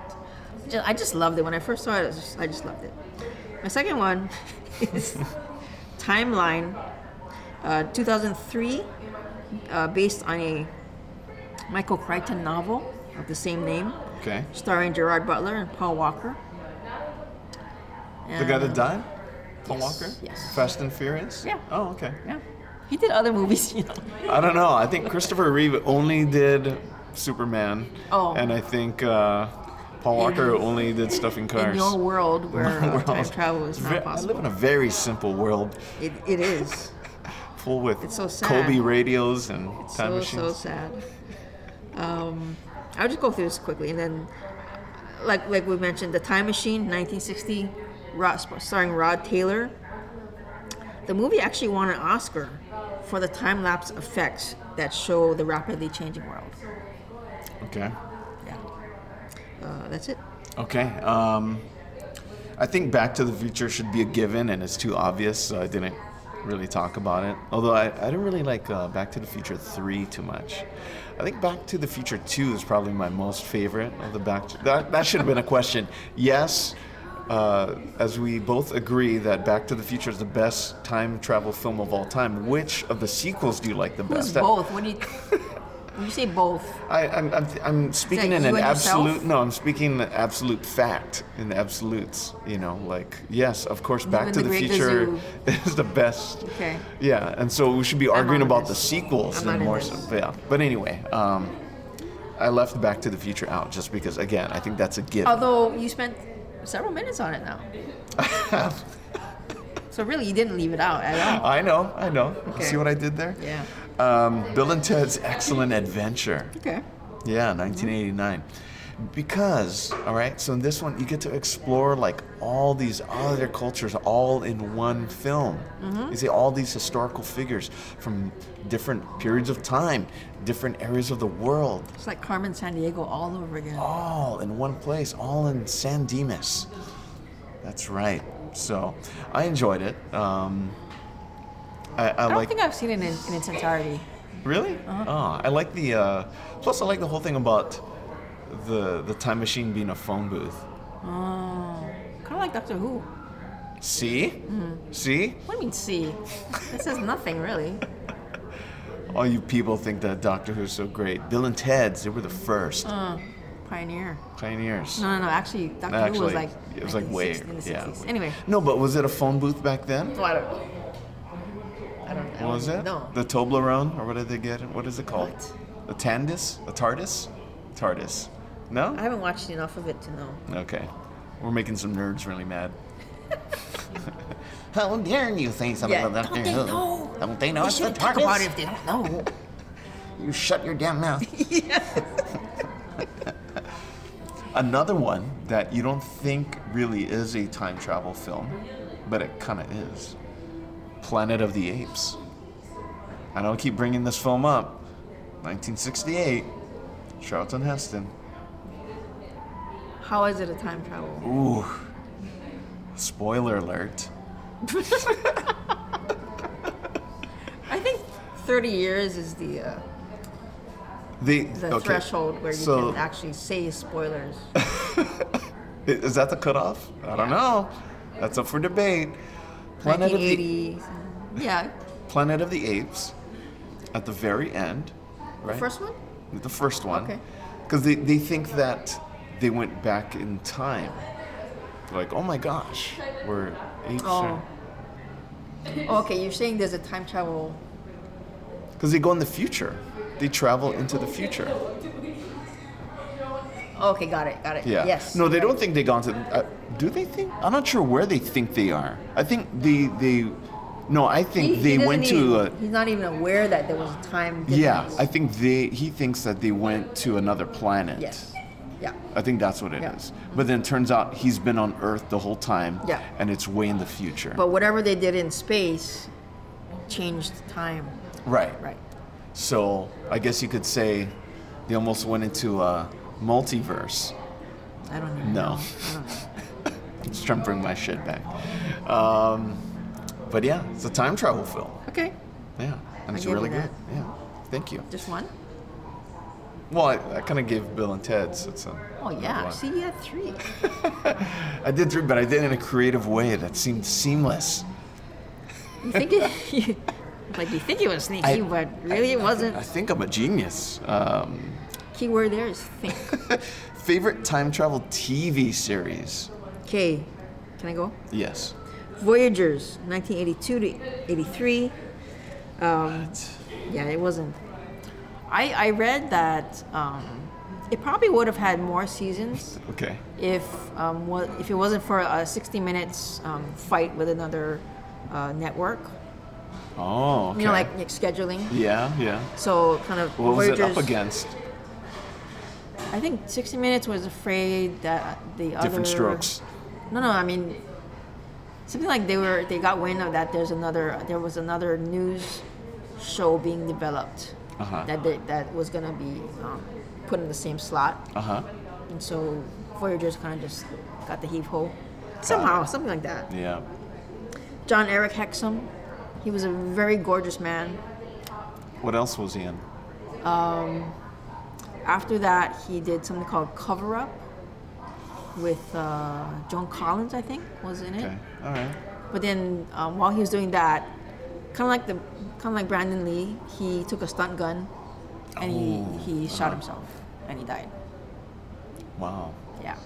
S2: ju- I just loved it when I first saw it. I just, I just loved it. My second one is timeline, uh, 2003, uh, based on a Michael Crichton novel of the same name,
S1: Okay.
S2: starring Gerard Butler and Paul Walker.
S1: The guy that died? Paul
S2: yes,
S1: Walker?
S2: yes.
S1: Fast and Furious?
S2: Yeah.
S1: Oh, okay.
S2: Yeah, he did other movies, you know.
S1: I don't know. I think Christopher Reeve only did Superman.
S2: Oh.
S1: And I think uh, Paul Walker only did stuff in cars.
S2: In your world where uh, time
S1: World.
S2: travel is
S1: Ve-
S2: not
S1: I live in
S2: possible,
S1: a very simple world,
S2: it, it is.
S1: full with
S2: It's so sad.
S1: Kobe radios and time
S2: so
S1: machines.
S2: so sad. Um, I'll just go through this quickly, and then, like like we mentioned, the Time Machine, 1960, Rod, starring Rod Taylor. The movie actually won an Oscar for the time lapse effects that show the rapidly changing world.
S1: Okay.
S2: Yeah, uh, that's it.
S1: Okay. Um, I think Back to the Future should be a given, and it's too obvious, so I didn't really talk about it. Although I, I didn't really like uh, Back to the Future 3 too much. I think Back to the Future 2 is probably my most favorite of the Back to... That, that should have been a question. Yes, uh, as we both agree that Back to the Future is the best time travel film of all time, which of the sequels do you like the
S2: Who's
S1: best? That-
S2: both? What do you? when you say both,
S1: I, I'm, I'm, I'm speaking
S2: that
S1: in
S2: you
S1: an
S2: and yourself?
S1: absolute. No, I'm speaking in absolute fact in absolutes. You know, like yes, of course, Back
S2: and
S1: to the,
S2: the Great
S1: Future is the best.
S2: Okay.
S1: Yeah, and so we should be arguing
S2: not in
S1: about the
S2: this.
S1: sequels
S2: I'm
S1: and
S2: not in
S1: more.
S2: this.
S1: So, yeah, but anyway, um, I left Back to the Future out just because, again, I think that's a given.
S2: although you spent several minutes on it now. so really, you didn't leave it out at all.
S1: I know, I know.
S2: Okay.
S1: See what I did there?
S2: Yeah.
S1: Um, Bill and Ted's Excellent Adventure.
S2: Okay.
S1: Yeah, 1989. Because, all right, so in this one, you get to explore like all these other cultures all in one film.
S2: Mm-hmm.
S1: You see all these historical figures from different periods of time, different areas of the world,
S2: It's like Carmen San Diego all over again.
S1: Oh, all in one place, all in San Dimas. That's right. So I enjoyed it. Um, I, I,
S2: I don't
S1: like.
S2: think Uh-huh. I've seen it in, in its entirety.
S1: Really? Oh, I like the. Uh, plus, I like the whole thing about the the time machine being a phone booth.
S2: Kind of like Doctor Who.
S1: See?
S2: Mm-hmm.
S1: See?
S2: What do you mean, see? This is nothing really.
S1: All you people think that Doctor Who's so great. Bill and Ted's, they were the first
S2: Pioneer.
S1: pioneers.
S2: Uh, No, no, no. Actually, Doctor Who
S1: Actually,
S2: was like
S1: it was like way
S2: 1960s, in the
S1: yeah.
S2: 60s. Anyway.
S1: No, but was it a phone booth back then?
S2: Well, I don't. I don't. I
S1: What was
S2: don't
S1: it?
S2: No.
S1: The Toblerone, or what did they get? What is it called?
S2: What?
S1: A Tandis? A TARDIS? TARDIS.
S2: I
S1: No?
S2: haven't watched enough of it to know.
S1: Okay. We're making some nerds really mad. How dare you say something
S2: Yeah,
S1: about
S2: don't
S1: Doctor
S2: they
S1: Who?
S2: know?
S1: Don't they know
S2: They
S1: it's the
S2: shouldn't talk about
S1: TARDIS?
S2: it if they don't know.
S1: You shut your damn mouth. Another one that you don't think really is a time travel film, but it kind of is Planet of the Apes. I don't keep bringing this film up. 1968, Charlton Heston.
S2: How is it a time travel?
S1: Ooh. Spoiler alert.
S2: I think 30 years is the uh,
S1: The,
S2: the
S1: okay,
S2: threshold where you
S1: so-
S2: can actually say spoilers.
S1: I- Is that the cutoff? I don't know. That's up for debate. Planet of the
S2: 1980. Yeah.
S1: Planet of the Apes at the very end, right?
S2: First one.
S1: The first one.
S2: Okay.
S1: Because they, they think that they went back in time. Like, oh my gosh, we're apes.
S2: Oh. Okay, you're saying there's a time travel.
S1: Because they go in the future. They travel into the future.
S2: Okay, got it, got it.
S1: Yeah.
S2: Yes.
S1: No, they
S2: right.
S1: don't think they gone to. Uh, do they think? I'm not sure where they think they are. I think they they. No, I
S2: He-
S1: think
S2: he
S1: they
S2: doesn't
S1: went
S2: even-
S1: to. A,
S2: he's not even aware that there was a time.
S1: yeah,
S2: difference.
S1: I think they. He thinks that they went to another planet.
S2: Yes. Yeah.
S1: I think that's what it is.
S2: Yeah.
S1: But then it turns out he's been on Earth the whole time.
S2: Yeah.
S1: And it's way in the future.
S2: But whatever they did in space changed time.
S1: right.
S2: Right.
S1: So I guess you could say they almost went into a multiverse.
S2: I don't even
S1: No.
S2: know. I don't know.
S1: Just trying to bring my shit back. Um, but yeah, it's a time travel film.
S2: Okay.
S1: Yeah. And it's
S2: give you
S1: really good.
S2: that.
S1: Yeah. Thank you.
S2: Just one?
S1: Well, I, I kind of gave Bill and Ted's. It's a,
S2: Oh yeah.
S1: one.
S2: See you had three.
S1: I did three, but I did it in a creative way that seemed seamless.
S2: You think it, like you think it was sneaky,
S1: I-
S2: but really it wasn't.
S1: I think I'm a genius. Um,
S2: Keyword there is think.
S1: favorite time travel TV series?
S2: Okay, can I go?
S1: Yes.
S2: Voyagers, 1982 to 83.
S1: What?
S2: Yeah, it wasn't. I, I read that um, it probably would have had more seasons
S1: Okay.
S2: if um, wa- if it wasn't for a 60 minutes um, fight with another uh, network.
S1: Oh. Okay.
S2: You know, like, like scheduling.
S1: Yeah, yeah.
S2: So kind of
S1: What was it
S2: Voyagers.
S1: up against?
S2: I think 60 Minutes was afraid that the other
S1: Different strokes.
S2: No, no, I mean something like they were they got wind of that there's another there was another news show being developed
S1: Uh-huh.
S2: that they, that was gonna be um, put in the same slot,
S1: Uh huh.
S2: and so Voyagers kind of just got the heave ho somehow, something like that.
S1: Yeah.
S2: John Eric Hexum, he was a very gorgeous man.
S1: What else was he in?
S2: After that, he did something called Cover Up with uh, John Collins, I think, was in it.
S1: Okay. All right.
S2: But then um, while he was doing that, kind of like the kind of like Brandon Lee, he took a stunt gun
S1: Oh,
S2: and he,
S1: uh-huh.
S2: he shot himself and he died.
S1: Wow.
S2: Yeah,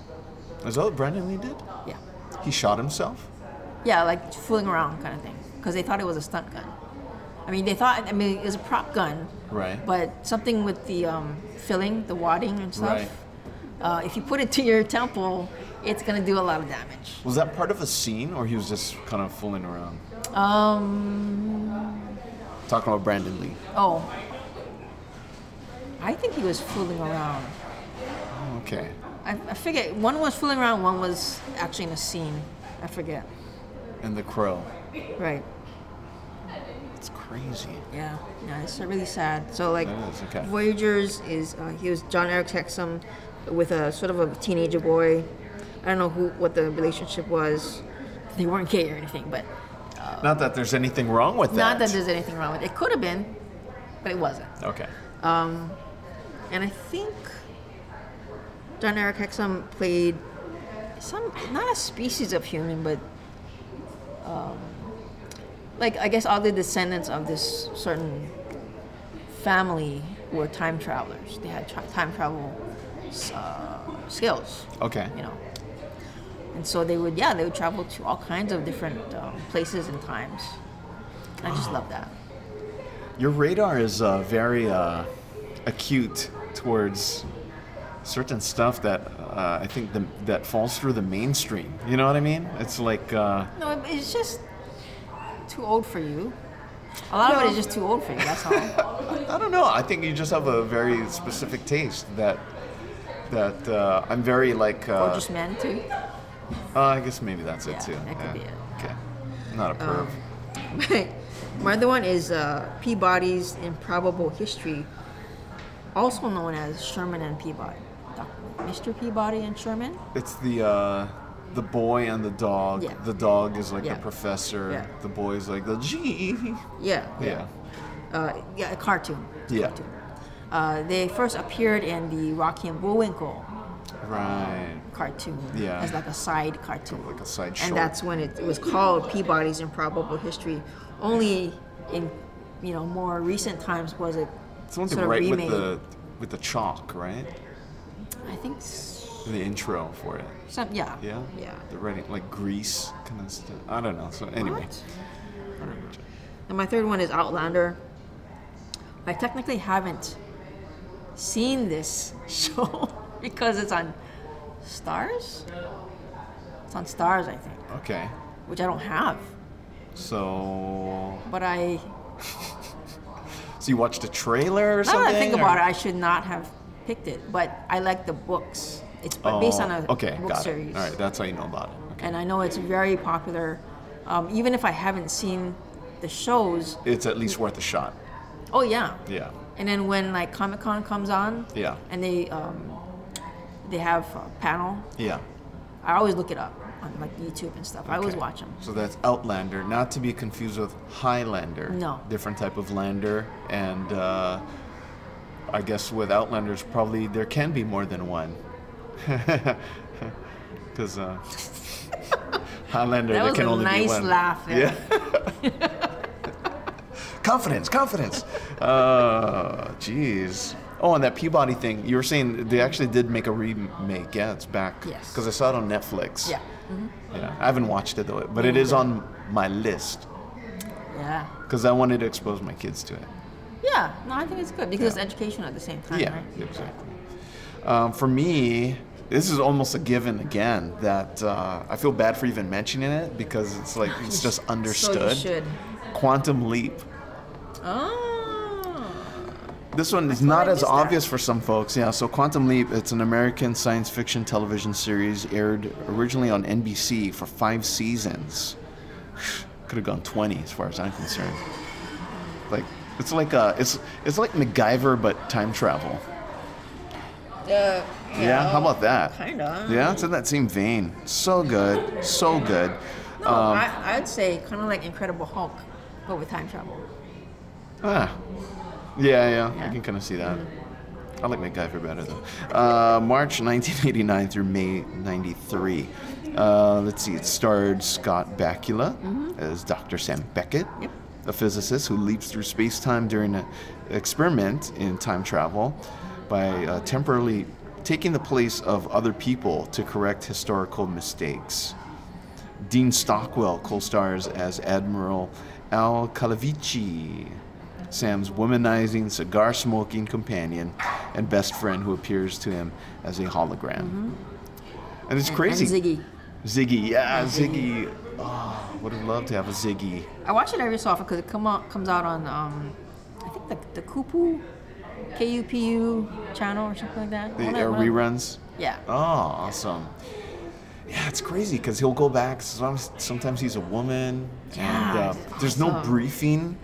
S1: Is that what Brandon Lee did?
S2: yeah,
S1: He shot himself?
S2: yeah, like fooling around kind of thing because they thought it was a stunt gun. I mean, they thought I mean it was a prop gun,
S1: Right.
S2: but something with the um, filling, the wadding and stuff.
S1: Right.
S2: Uh, if you put it to your temple, it's gonna do a lot of damage.
S1: Was that part of a scene or he was just kind of fooling around?
S2: Um,
S1: Talking about Brandon Lee.
S2: oh, I think he was fooling around.
S1: Oh, Okay.
S2: I, I forget. One was fooling around. One was actually in a scene. I forget.
S1: And the crow.
S2: Right.
S1: It's crazy.
S2: Yeah. Yeah. It's really sad. So like,
S1: It is, okay.
S2: Voyagers is uh, he was John Eric Hexum with a sort of a teenager boy. I don't know who what the relationship was. They weren't gay or anything, but
S1: Not that there's anything wrong with
S2: not
S1: Uh, that.
S2: that there's anything wrong with it. It could have been, but it wasn't.
S1: Okay.
S2: And I think John Eric Hexum played some not a species of human, but um, like I guess all the descendants of this certain family were time travelers. They had tra- time travel uh, skills,
S1: Okay.
S2: you know. And so they would, yeah, they would travel to all kinds of different um, places and times. I just love that.
S1: Your radar is uh, very uh, acute towards certain stuff that uh, I think the, that falls through the mainstream. You know what I mean? It's like uh,
S2: No, it- it's just too old for you. A lot of it is just too old for you. That's all.
S1: I don't know. I think you just have a very specific taste that that uh, I'm very like. Uh,
S2: Gorgeous men too.
S1: uh, I guess maybe that's it
S2: Yeah,
S1: too.
S2: that could be it. Um,
S1: Okay. I'm not a perv.
S2: My other one is uh, Peabody's Improbable History, also known as Sherman and Peabody. Doc- Mr. Peabody and Sherman.
S1: it's the uh, the boy and the dog.
S2: Yeah.
S1: The dog is like
S2: Yeah.
S1: the professor.
S2: Yeah.
S1: The boy is like the G.
S2: Yeah.
S1: Yeah.
S2: Uh, yeah, a cartoon.
S1: Yeah.
S2: Cartoon. Uh, they first appeared in the Rocky and Bullwinkle
S1: Right.
S2: cartoon
S1: Yeah.
S2: as like a side cartoon.
S1: Like a side short.
S2: and that's when it, it was called Peabody's Improbable History. Only in you know more recent times was it
S1: Someone
S2: sort
S1: did
S2: of
S1: right with
S2: remade.
S1: the with the chalk, right?
S2: I think s-
S1: The intro for it.
S2: some yeah
S1: Yeah.
S2: yeah.
S1: The writing like grease kind of stuff. I don't know. So anyway.
S2: What? I don't know. And my third one is Outlander. I technically haven't seen this show because it's on Stars. It's on Stars, I think,
S1: Okay.
S2: which I don't have,
S1: So
S2: but I
S1: so you watched a trailer or
S2: Now
S1: something?
S2: that I think
S1: or-
S2: about it, I should not have picked it, but I like the books. It's b-
S1: Oh,
S2: based on a
S1: okay,
S2: book
S1: got it.
S2: series.
S1: All right, that's how you know about it. Okay.
S2: And I know it's very popular. Um, even if I haven't seen the shows,
S1: It's at least worth a shot.
S2: oh yeah.
S1: Yeah.
S2: And then when like Comic Con comes on,
S1: Yeah.
S2: and they um, they have a panel,
S1: Yeah.
S2: I always look it up on like YouTube and stuff. I always
S1: Okay.
S2: watch them.
S1: So that's Outlander, not to be confused with Highlander.
S2: No.
S1: Different type of lander, and uh, I guess with Outlanders, probably there can be more than one. Because uh, Highlander,
S2: That
S1: there
S2: was
S1: can
S2: a
S1: only be
S2: nice
S1: one.
S2: laugh, eh? yeah.
S1: confidence, confidence. Uh, jeez. Oh, and that Peabody thing. You were saying they actually did make a remake. Yeah, it's back.
S2: Yes.
S1: Because I saw it on Netflix.
S2: Yeah. Mm-hmm.
S1: Yeah. I haven't watched it though, but it is on my list
S2: Yeah.
S1: because I wanted to expose my kids to it.
S2: Uh-huh. Yeah. No, I think it's good because it's educational at the same time,
S1: Yeah,
S2: right?
S1: exactly. Um, for me, this is almost a given again that uh, I feel bad for even mentioning it because it's like it's just understood.
S2: should.
S1: Quantum leap.
S2: Oh.
S1: This one is not
S2: I
S1: as
S2: missed that.
S1: obvious for some folks. Yeah, so Quantum Leap, it's an American science fiction television series aired originally on NBC for five seasons. Could have gone 20 as far as I'm concerned. Like it's like a, it's it's like MacGyver but time travel.
S2: Uh,
S1: Yeah, how about that?
S2: Kinda.
S1: Yeah, it's in that same vein. So good, so good.
S2: No,
S1: Um,
S2: I, I'd say kind of like Incredible Hulk, but with time travel.
S1: Ah, yeah, yeah, I
S2: Yeah.
S1: can kind of see that. I like MacGyver better though. Uh, March 1989 through May 93. Uh, let's see, it starred Scott Bakula as Dr. Sam Beckett,
S2: Yep.
S1: a physicist who leaps through space time during an experiment in time travel by uh, temporarily taking the place of other people to correct historical mistakes. Dean Stockwell co-stars as Admiral Al Calavici, Sam's womanizing, cigar-smoking companion and best friend who appears to him as a hologram. Mm-hmm. And it's crazy.
S2: And Ziggy.
S1: Ziggy, yeah, Ziggy. Oh, would have loved to have a Ziggy.
S2: I watch it every so often because it come out, comes out on, um, I think the, the Kupu, KUPU channel or something like that.
S1: The
S2: One of-
S1: air
S2: one of-
S1: reruns.
S2: Yeah.
S1: Oh, awesome. Yeah, it's crazy because he'll go back. Sometimes, sometimes he's a woman, and
S2: Yeah,
S1: uh, there's no
S2: awesome.
S1: briefing.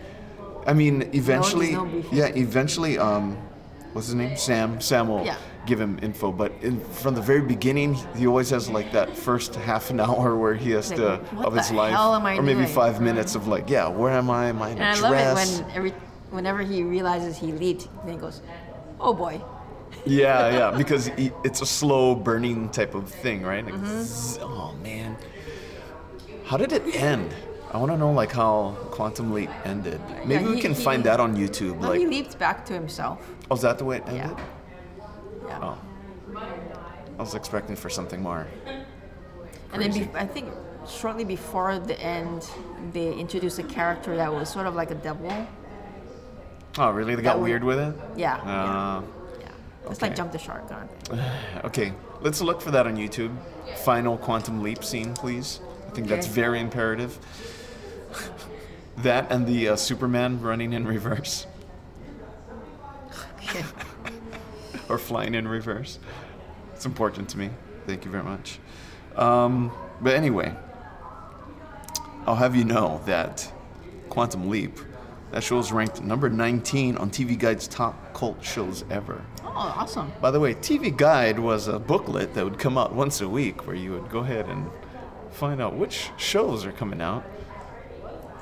S1: I mean, eventually,
S2: no briefing.
S1: yeah, eventually, um, what's his name? Sam. Sam will
S2: Yeah.
S1: give him info, but in, from the very beginning, he always has like that first half an hour where he has
S2: Like,
S1: to
S2: what
S1: of his
S2: the
S1: life,
S2: hell am I
S1: or maybe
S2: doing?
S1: five minutes of like, yeah, where am I? Am I in
S2: And I
S1: a
S2: love
S1: dress?
S2: it when every, whenever he realizes he leaped, then he goes, oh boy.
S1: yeah, yeah, because he, it's a slow burning type of thing, right? Like,
S2: Mm-hmm.
S1: zzz, oh man, how did it end? I want to know like how Quantum Leap ended. Maybe we
S2: he-
S1: can
S2: he-
S1: find that on YouTube.
S2: No,
S1: like,
S2: he leaped back to himself.
S1: oh, is that the way it
S2: Yeah.
S1: ended?
S2: Yeah.
S1: Oh, I was expecting for something more.
S2: and then
S1: crazy.
S2: be- I think shortly before the end, they introduced a character that was sort of like a devil.
S1: Oh, really? They got
S2: That would-
S1: weird with it?
S2: Yeah.
S1: Uh,
S2: yeah. yeah. It's
S1: okay.
S2: like jump the shark kind of thing.
S1: okay, let's look for that on YouTube. Final Quantum Leap scene, please. I think that's
S2: Okay.
S1: very imperative. that and the uh, Superman running in reverse.
S2: Okay.
S1: or flying in reverse. It's important to me. Thank you very much. Um, but anyway, I'll have you know that Quantum Leap, that show is ranked number 19 on TV Guide's top cult shows ever.
S2: Oh, awesome.
S1: By the way, TV Guide was a booklet that would come out once a week where you would go ahead and find out which shows are coming out.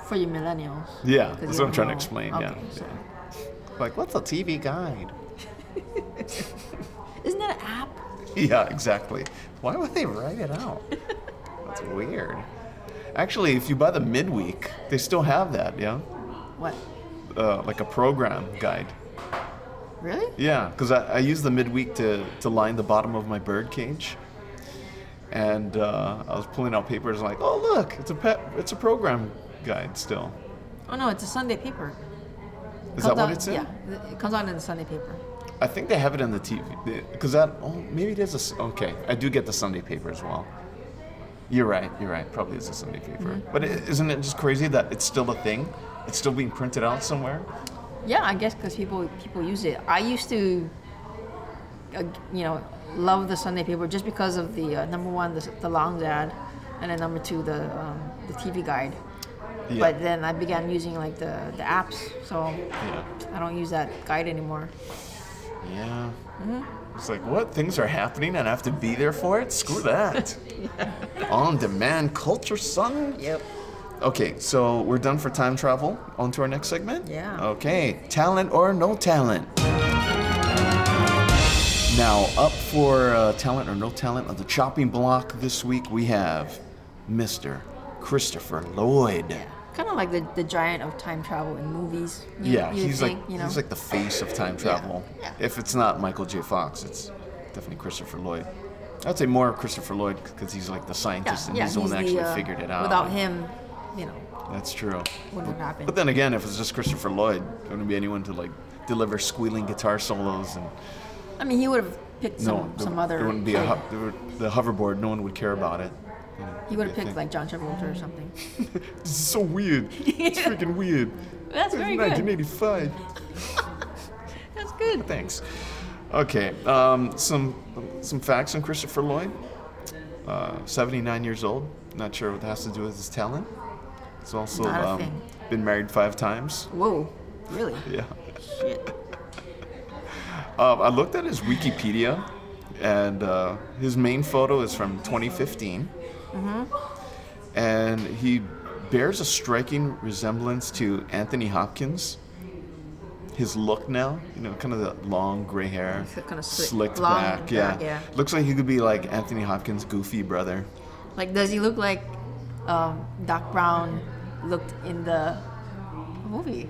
S2: For you millennials.
S1: Yeah,
S2: 'Cause
S1: that's
S2: you
S1: what I'm trying to
S2: don't know.
S1: explain.
S2: Okay,
S1: yeah.
S2: so-
S1: Yeah. Like, what's a TV Guide?
S2: Isn't that an app?
S1: Yeah, exactly. Why would they write it out? That's weird. Actually, if you buy the midweek, they still have that, yeah?
S2: What?
S1: Uh, like a program guide.
S2: Really?
S1: Yeah, because I, I use the midweek to, to line the bottom of my bird cage. And uh, I was pulling out papers like, oh, look, it's a pet, it's a program guide still.
S2: Oh no, it's a Sunday paper.
S1: Is
S2: Comes
S1: that what
S2: out-
S1: it's in?
S2: Yeah, th- it comes out in the Sunday paper.
S1: I think they have it in the TV. Because that, oh, maybe it is a, s- okay. I do get the Sunday paper as well. You're right, you're right. Probably is a Sunday paper. But i- isn't it just crazy that it's still a thing? It's still being printed out somewhere?
S2: Yeah, I guess because people people use it. I used to, uh, you know, love the Sunday paper just because of the uh, number one, the, the long dad, and then number two, the um, the TV guide.
S1: Yeah.
S2: But then I began using like the, the apps, so
S1: yeah.
S2: I don't use that guide anymore.
S1: Yeah.
S2: Mm-hmm.
S1: It's like, what? Things are happening and I have to be there for it? Screw that. On demand culture, son.
S2: Yep.
S1: Okay, so we're done for time travel. On to our next segment?
S2: Yeah.
S1: Okay, talent or no talent? Now, up for uh, talent or no talent on the chopping block this week, we have Mr. Christopher Lloyd.
S2: Yeah. Kind of like the, the giant of time travel in movies. you-
S1: Yeah,
S2: you would
S1: he's
S2: think,
S1: like
S2: you know.
S1: he's like the face of time travel.
S2: yeah.
S1: If it's not Michael J. Fox, it's definitely Christopher Lloyd. I'd say more Christopher Lloyd because he's like the
S2: yeah,
S1: scientist and
S2: yeah,
S1: he's the one that actually
S2: uh,
S1: figured it out.
S2: Without him, you know,
S1: That's true.
S2: wouldn't have happened.
S1: But then again, if it's just Christopher Lloyd, there wouldn't be anyone to like deliver squealing guitar solos and
S2: I mean, he would have picked
S1: no,
S2: some,
S1: there,
S2: some other.
S1: there wouldn't be a
S2: kid.
S1: hu- there would, the hoverboard. No one would care about it.
S2: He would have
S1: Yeah,
S2: picked
S1: I
S2: like John Travolta or something.
S1: This is so weird. It's freaking weird.
S2: That's
S1: It's
S2: very good.
S1: 1985.
S2: That's good.
S1: Thanks. Okay, um, some some facts on Christopher Lloyd. Uh, 79 years old. Not sure what that has to do with his talent. He's also
S2: Not a
S1: um,
S2: thing.
S1: been married five times.
S2: Whoa, really?
S1: Yeah.
S2: Shit.
S1: Um, I looked at his Wikipedia, and uh, his main photo is from 2015.
S2: Mm-hmm.
S1: And he bears a striking resemblance to Anthony Hopkins. His look now, you know, kind of the long gray hair,
S2: It's kinda slick-
S1: slicked
S2: long
S1: back.
S2: back,
S1: Yeah.
S2: yeah.
S1: looks like he could be like Anthony Hopkins' goofy brother.
S2: Like, does he look like um, Doc Brown looked in the movie?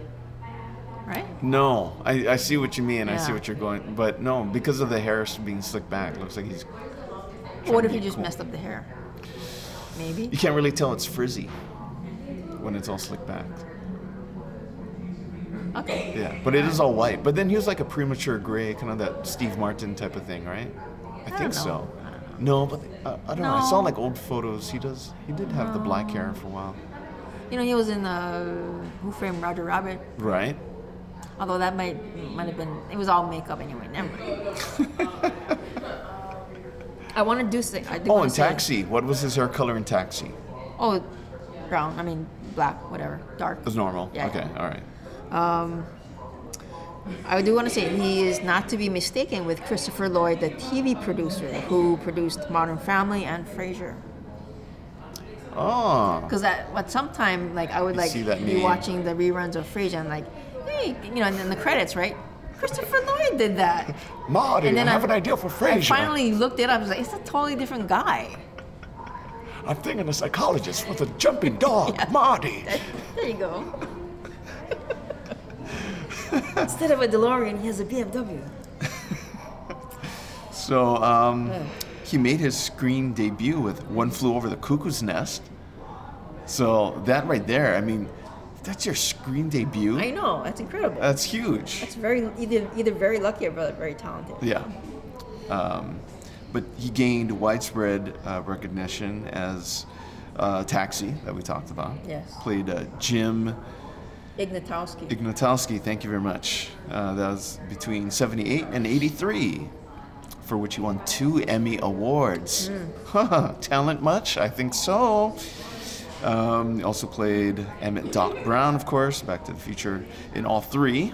S2: Right?
S1: No, I, I see what you mean. I see
S2: Yeah.
S1: what you're going, but no, because of the hair being slicked back, looks like he's.
S2: Or what if
S1: be
S2: he just
S1: cool.
S2: messed up the hair?
S1: You
S2: Maybe.
S1: can't really tell it's frizzy when it's all slicked back.
S2: Okay.
S1: Yeah, but it is all white. But then he was like a premature gray, kind of that Steve Martin type of thing, right? I, think
S2: don't
S1: so.
S2: know.
S1: No, but uh, I don't know. I saw
S2: No.
S1: like old photos. He does. He did have the black hair for a while,
S2: You know, he was in uh, Who Framed Roger Rabbit.
S1: right?
S2: Although that might might have been it was all makeup anyway. Never mind. I want to do something. I do
S1: Oh,
S2: wanna
S1: in
S2: say-
S1: Taxi. What was his hair color in Taxi?
S2: Oh, brown. I mean, black. Whatever. Dark.
S1: It was normal.
S2: Yeah,
S1: okay,
S2: yeah.
S1: all right.
S2: I do want to say he is not to be mistaken with Christopher Lloyd, the TV producer who produced Modern Family and Frasier.
S1: Oh,
S2: Because at what sometime like I would
S1: You
S2: like
S1: see that
S2: be
S1: name.
S2: watching the reruns of Frasier and like, hey, you know, and then the credits, right? Christopher Lloyd did that.
S1: Marty,
S2: And
S1: I
S2: then I-
S1: have an idea for
S2: I
S1: Frasier.
S2: finally looked it up. I was like, it's a totally different guy.
S1: I'm thinking a psychologist with a jumping dog, Marty.
S2: There you go. Instead of a DeLorean, he has a BMW.
S1: So um, he made his screen debut with One Flew Over the Cuckoo's Nest. So that right there, I mean, that's your screen debut.
S2: I know. That's incredible.
S1: That's huge.
S2: That's very either either very lucky or very, very talented.
S1: Yeah. Um, but he gained widespread uh, recognition as uh, Taxi, that we talked about.
S2: Yes.
S1: Played uh, Jim
S2: Ignatowski.
S1: Ignatowski, thank you very much. Uh, that was between 78 and 83, for which he won two Emmy Awards. Huh, talent much? I think so. Um, he also played Emmett Doc Brown, of course, Back to the Future in all three.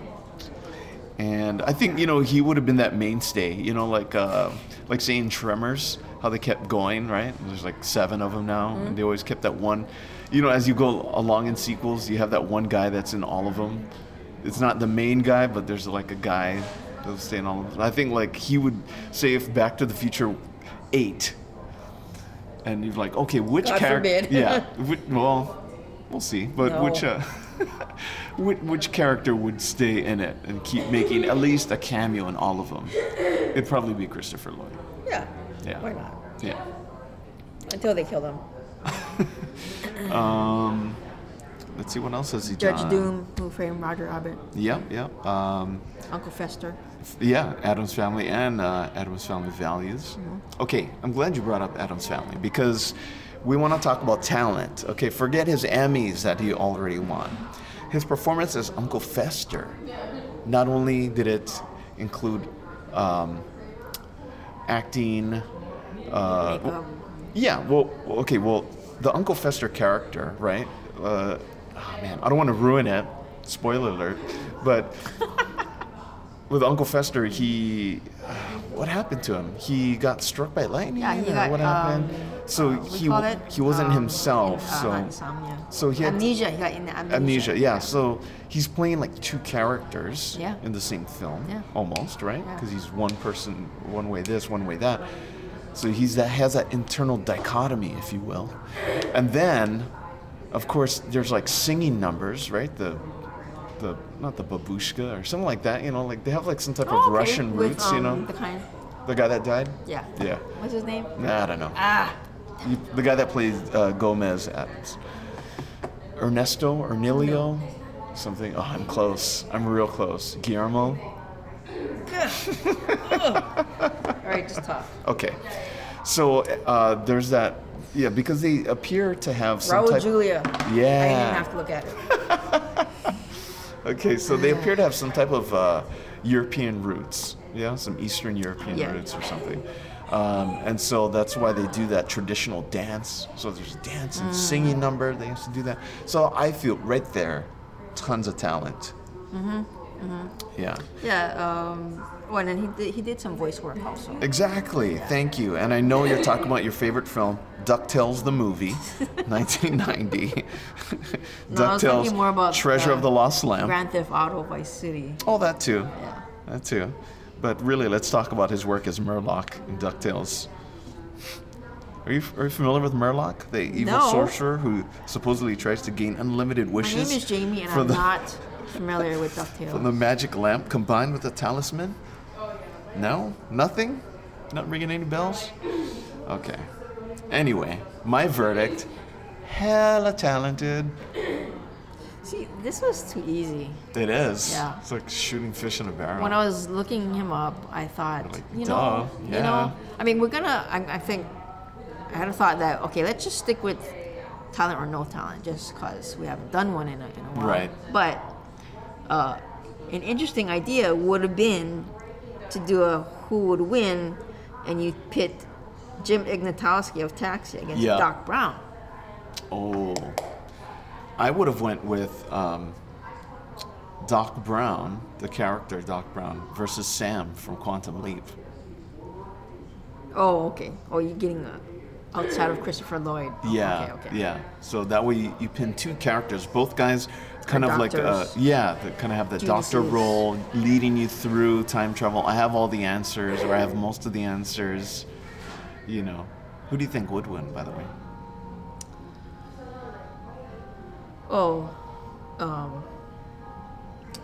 S1: And I think, you know, he would have been that mainstay, you know, like uh, like saying Tremors, how they kept going, right? There's like seven of them now, and they always kept that one. You know, as you go along in sequels, you have that one guy that's in all of them. It's not the main guy, but there's like a guy that'll stay in all of them. I think, like, he would say if Back to the Future 8, and you're like, okay, which
S2: God
S1: character?
S2: forbid.
S1: Yeah, which, well, we'll see. But
S2: No.
S1: which, uh, which which character would stay in it and keep making at least a cameo in all of them? It'd probably be Christopher Lloyd.
S2: Yeah.
S1: Yeah.
S2: Why not?
S1: Yeah.
S2: Until they kill him.
S1: Let's see what else has he
S2: Judge
S1: done.
S2: Doom, Who Framed Roger Rabbit,
S1: Yep, yep. Um,
S2: Uncle Fester.
S1: yeah, Adam's Family and uh, Adam's Family Values.
S2: Mm-hmm.
S1: Okay, I'm glad you brought up Adam's Family because we want to talk about talent. Okay, forget his Emmys that he already won. His performance as Uncle Fester, not only did it include um, acting, uh,
S2: Makeup.
S1: yeah, well, okay, well, the Uncle Fester character, right? Uh, oh man, I don't want to ruin it. Spoiler alert. But with Uncle Fester, he. What happened to him? He got struck by lightning?
S2: Yeah, he
S1: or
S2: got,
S1: what happened?
S2: um,
S1: so
S2: What do
S1: he
S2: we call
S1: w-
S2: it?
S1: he wasn't
S2: Um,
S1: himself.
S2: uh,
S1: so
S2: not insomnia.
S1: so he had-
S2: amnesia. He got in the amnesia.
S1: amnesia, yeah. So he's playing like two characters
S2: Yeah.
S1: in the same film,
S2: Yeah.
S1: almost, right?
S2: Yeah.
S1: Because he's one person, one way this, one way that. So he's that has that internal dichotomy, if you will. And then, of course, there's like singing numbers, right? The the not the babushka or something like that. You know, like they have like some type
S2: Oh,
S1: of
S2: okay,
S1: Russian
S2: with,
S1: roots. you
S2: um,
S1: know,
S2: The kind.
S1: the guy that died.
S2: Yeah.
S1: Yeah.
S2: What's his name?
S1: Nah, I don't know.
S2: Ah.
S1: You- the guy that plays uh, Gomez Adams. Ernesto, Ernilio, something. Oh, I'm close. I'm real close. Guillermo.
S2: All right, just talk.
S1: Okay. So uh, there's that. Yeah, because they appear to have some
S2: Raul
S1: type.
S2: Julia. I didn't even
S1: Yeah.
S2: have to look at it.
S1: Okay, so they appear to have some type of uh, European roots. Yeah, some Eastern European
S2: Yeah.
S1: roots or something. Um, and so that's why they do that traditional dance. So there's dance
S2: Mm.
S1: and singing number. They used to do that. So I feel right there, tons of talent. Mm-hmm. Yeah.
S2: Yeah. Um, oh, and then he did, he did some voice work also.
S1: Exactly. Thank you. And I know you're talking about your favorite film, DuckTales the movie, 1990.
S2: No, I was thinking more about,
S1: Treasure
S2: uh,
S1: of the Lost Lamp.
S2: Grand Theft Auto Vice City.
S1: All that too.
S2: Yeah.
S1: That too. But really, let's talk about his work as Murloc in DuckTales. Are you, are you familiar with Murloc, the evil
S2: No.
S1: sorcerer who supposedly tries to gain unlimited
S2: My
S1: wishes?
S2: name is Jamie, and
S1: from
S2: I'm
S1: the,
S2: not familiar with DuckTales.
S1: From the magic lamp combined with the talisman? No? Nothing? Not ringing any bells? Okay. Anyway, my verdict hella talented.
S2: See, this was too easy.
S1: It is.
S2: Yeah.
S1: It's like shooting fish in a barrel.
S2: When I was looking him up, I thought,
S1: Like,
S2: you
S1: duh,
S2: know, you know,
S1: yeah.
S2: I mean, we're gonna. I, I think I had a thought that okay, let's just stick with talent or no talent, just because we haven't done one in a, in a while.
S1: Right.
S2: But uh, an interesting idea would have been to do a who would win, and you pit Jim Ignatowski of Taxi against
S1: Yeah.
S2: Doc Brown.
S1: Oh, I would have went with um, Doc Brown, the character Doc Brown, versus Sam from Quantum Leap.
S2: Oh, okay. Oh, you're getting uh, outside of Christopher Lloyd. Oh,
S1: Yeah,
S2: Okay. Okay.
S1: yeah. So that way you, you pin two characters, both guys, kind
S2: They're
S1: of like uh,
S2: doctors.
S1: yeah, that kind of have the doctor
S2: Geniuses.
S1: role, leading you through time travel. I have all the answers, or I have most of the answers. You know, who do you think would win? By the way,
S2: Oh, um,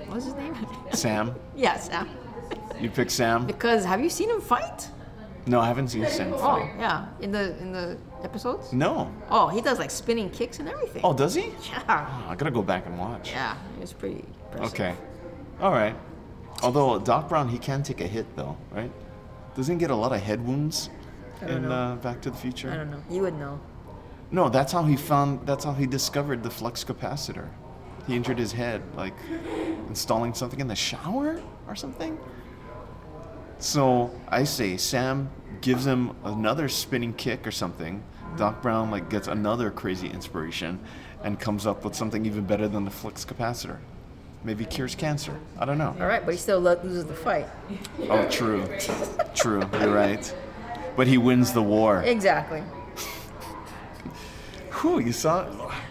S2: what's his name?
S1: Sam.
S2: yeah, Sam.
S1: You pick Sam.
S2: Because have you seen him fight?
S1: No, I haven't seen Sam.
S2: Oh,
S1: fight.
S2: yeah, in the in the episodes.
S1: No.
S2: Oh, he does like spinning kicks and everything.
S1: Oh, does he?
S2: yeah,
S1: Oh, I gotta go back and watch.
S2: yeah, it was pretty impressive.
S1: Okay. All right. Although Doc Brown, he can take a hit though, right? Doesn't he get a lot of head wounds in uh, Back to the Future?
S2: I don't know. You would know.
S1: No, that's how he found. That's how he discovered the flux capacitor. He injured his head like installing something in the shower or something. So I say Sam gives him another spinning kick or something. Doc Brown like gets another crazy inspiration and comes up with something even better than the flux capacitor. Maybe cures cancer. I don't know.
S2: All right, but he still lo- loses the fight.
S1: Oh, true. True. You're right. But he wins the war.
S2: Exactly.
S1: Whew, you saw?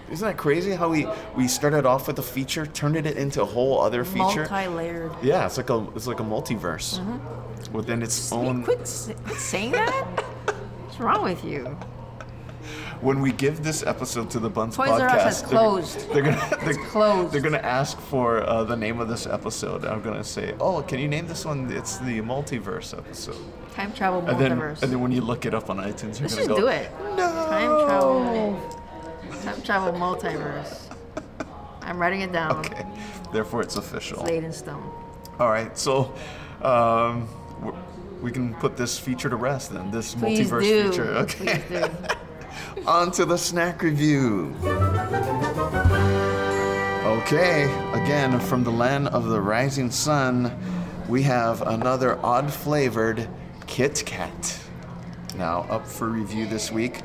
S1: Isn't that crazy how we we started off with a feature, turned it into a whole other feature?
S2: Multi-layered.
S1: yeah, it's like a it's like a multiverse
S2: Mm-hmm.
S1: within its own.
S2: Quit, s- quit saying that. What's wrong with you?
S1: When we give this episode to the Buns
S2: Toys
S1: podcast,
S2: R Us has
S1: they're-
S2: closed.
S1: They're, gonna they're,
S2: closed.
S1: They're gonna ask for uh, the name of this episode. I'm gonna say, oh, can you name this one? It's the multiverse episode.
S2: Time travel
S1: And then,
S2: multiverse.
S1: and then when you look it up on iTunes, you're
S2: Let's
S1: gonna
S2: just
S1: go.
S2: do it. Time travel. Time travel multiverse. I'm writing it down.
S1: Okay, therefore it's official.
S2: Laid in stone.
S1: All right, so um, w- we can put this feature to rest then. This
S2: Please
S1: multiverse
S2: do.
S1: feature. Okay.
S2: Please do.
S1: On to the snack review. Okay, again from the land of the rising sun, we have another odd flavored Kit Kat. Now up for review this week.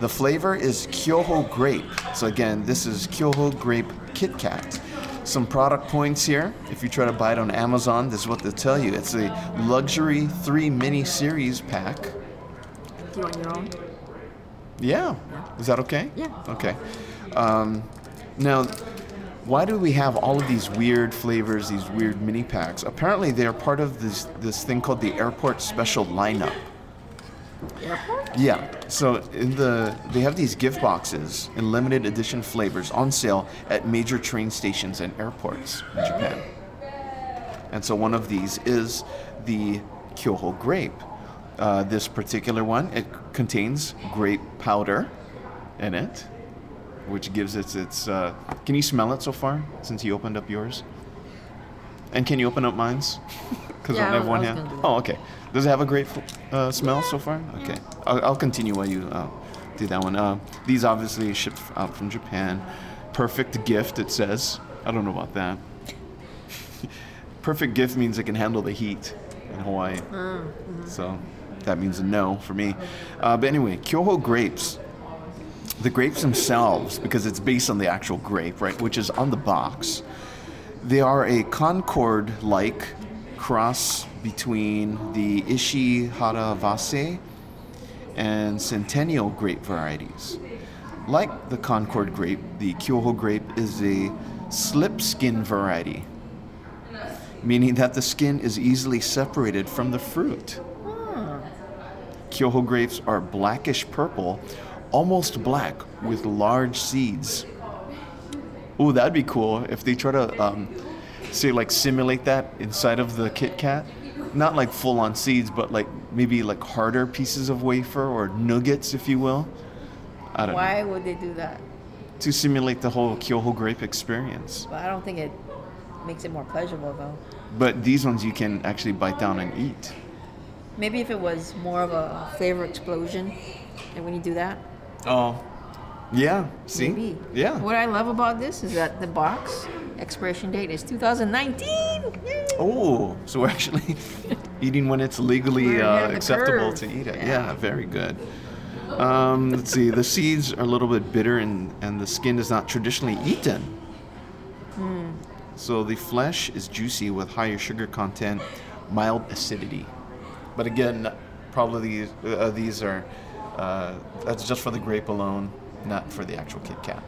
S1: The flavor is Kyoho grape. So again, this is Kyoho grape Kit Kat. Some product points here. If you try to buy it on Amazon, this is what they'll tell you. It's a luxury three mini series pack.
S2: Do you want your own?
S1: Yeah. Is that okay?
S2: Yeah.
S1: Okay. Um, now, why do we have all of these weird flavors, these weird mini packs? Apparently, they're part of this this thing called the airport special lineup.
S2: Airport?
S1: Yeah. So in the they have these gift boxes in limited edition flavors on sale at major train stations and airports in Japan. And so one of these is the Kyoho grape. Uh, this particular one it contains grape powder in it, which gives it its. Uh, can you smell it so far since you opened up yours? And can you open up mine's? Because
S2: Yeah,
S1: I
S2: I
S1: don't have
S2: was-
S1: one
S2: I
S1: hand.
S2: was gonna do that.
S1: Oh, okay. Does it have a great f- uh, smell so far? Okay. I'll, I'll continue while you uh, do that one. Uh, these obviously shipped out from Japan. Perfect gift, it says. I don't know about that. Perfect gift means it can handle the heat in Hawaii.
S2: Ah, mm-hmm.
S1: So that means a no for me. Uh, but anyway, Kyoho grapes. The grapes themselves, because it's based on the actual grape, right, which is on the box. They are a Concord like cross between the Ishihara Vase and Centennial grape varieties. Like the Concord grape, the Kyoho grape is a slip skin variety, meaning that the skin is easily separated from the fruit. Kyoho grapes are blackish purple, almost black, with large seeds. Ooh, that'd be cool if they try to, um, say, like simulate that inside of the Kit Kat. Not like full on seeds, but like maybe like harder pieces of wafer or nuggets, if you will. I don't
S2: Why would they do that?
S1: know. To simulate the whole Kyoho grape experience.
S2: Well, I don't think it makes it more pleasurable though.
S1: But these ones you can actually bite down and eat.
S2: Maybe if it was more of a flavor explosion, and when you do that,
S1: Oh. Yeah. See?
S2: maybe.
S1: Yeah.
S2: What I love about this is that the box expiration date is 2019. Yay!
S1: Oh, so we're actually eating when it's legally
S2: We're ahead
S1: uh,
S2: of the
S1: acceptable
S2: curve.
S1: to eat it. Yeah,
S2: Yeah.
S1: very good. Um, let's see, the seeds are a little bit bitter and, and the skin is not traditionally eaten.
S2: Hmm.
S1: So the flesh is juicy with higher sugar content, mild acidity. But again, probably these, uh, these are, uh, that's just for the grape alone, not for the actual Kit Kat.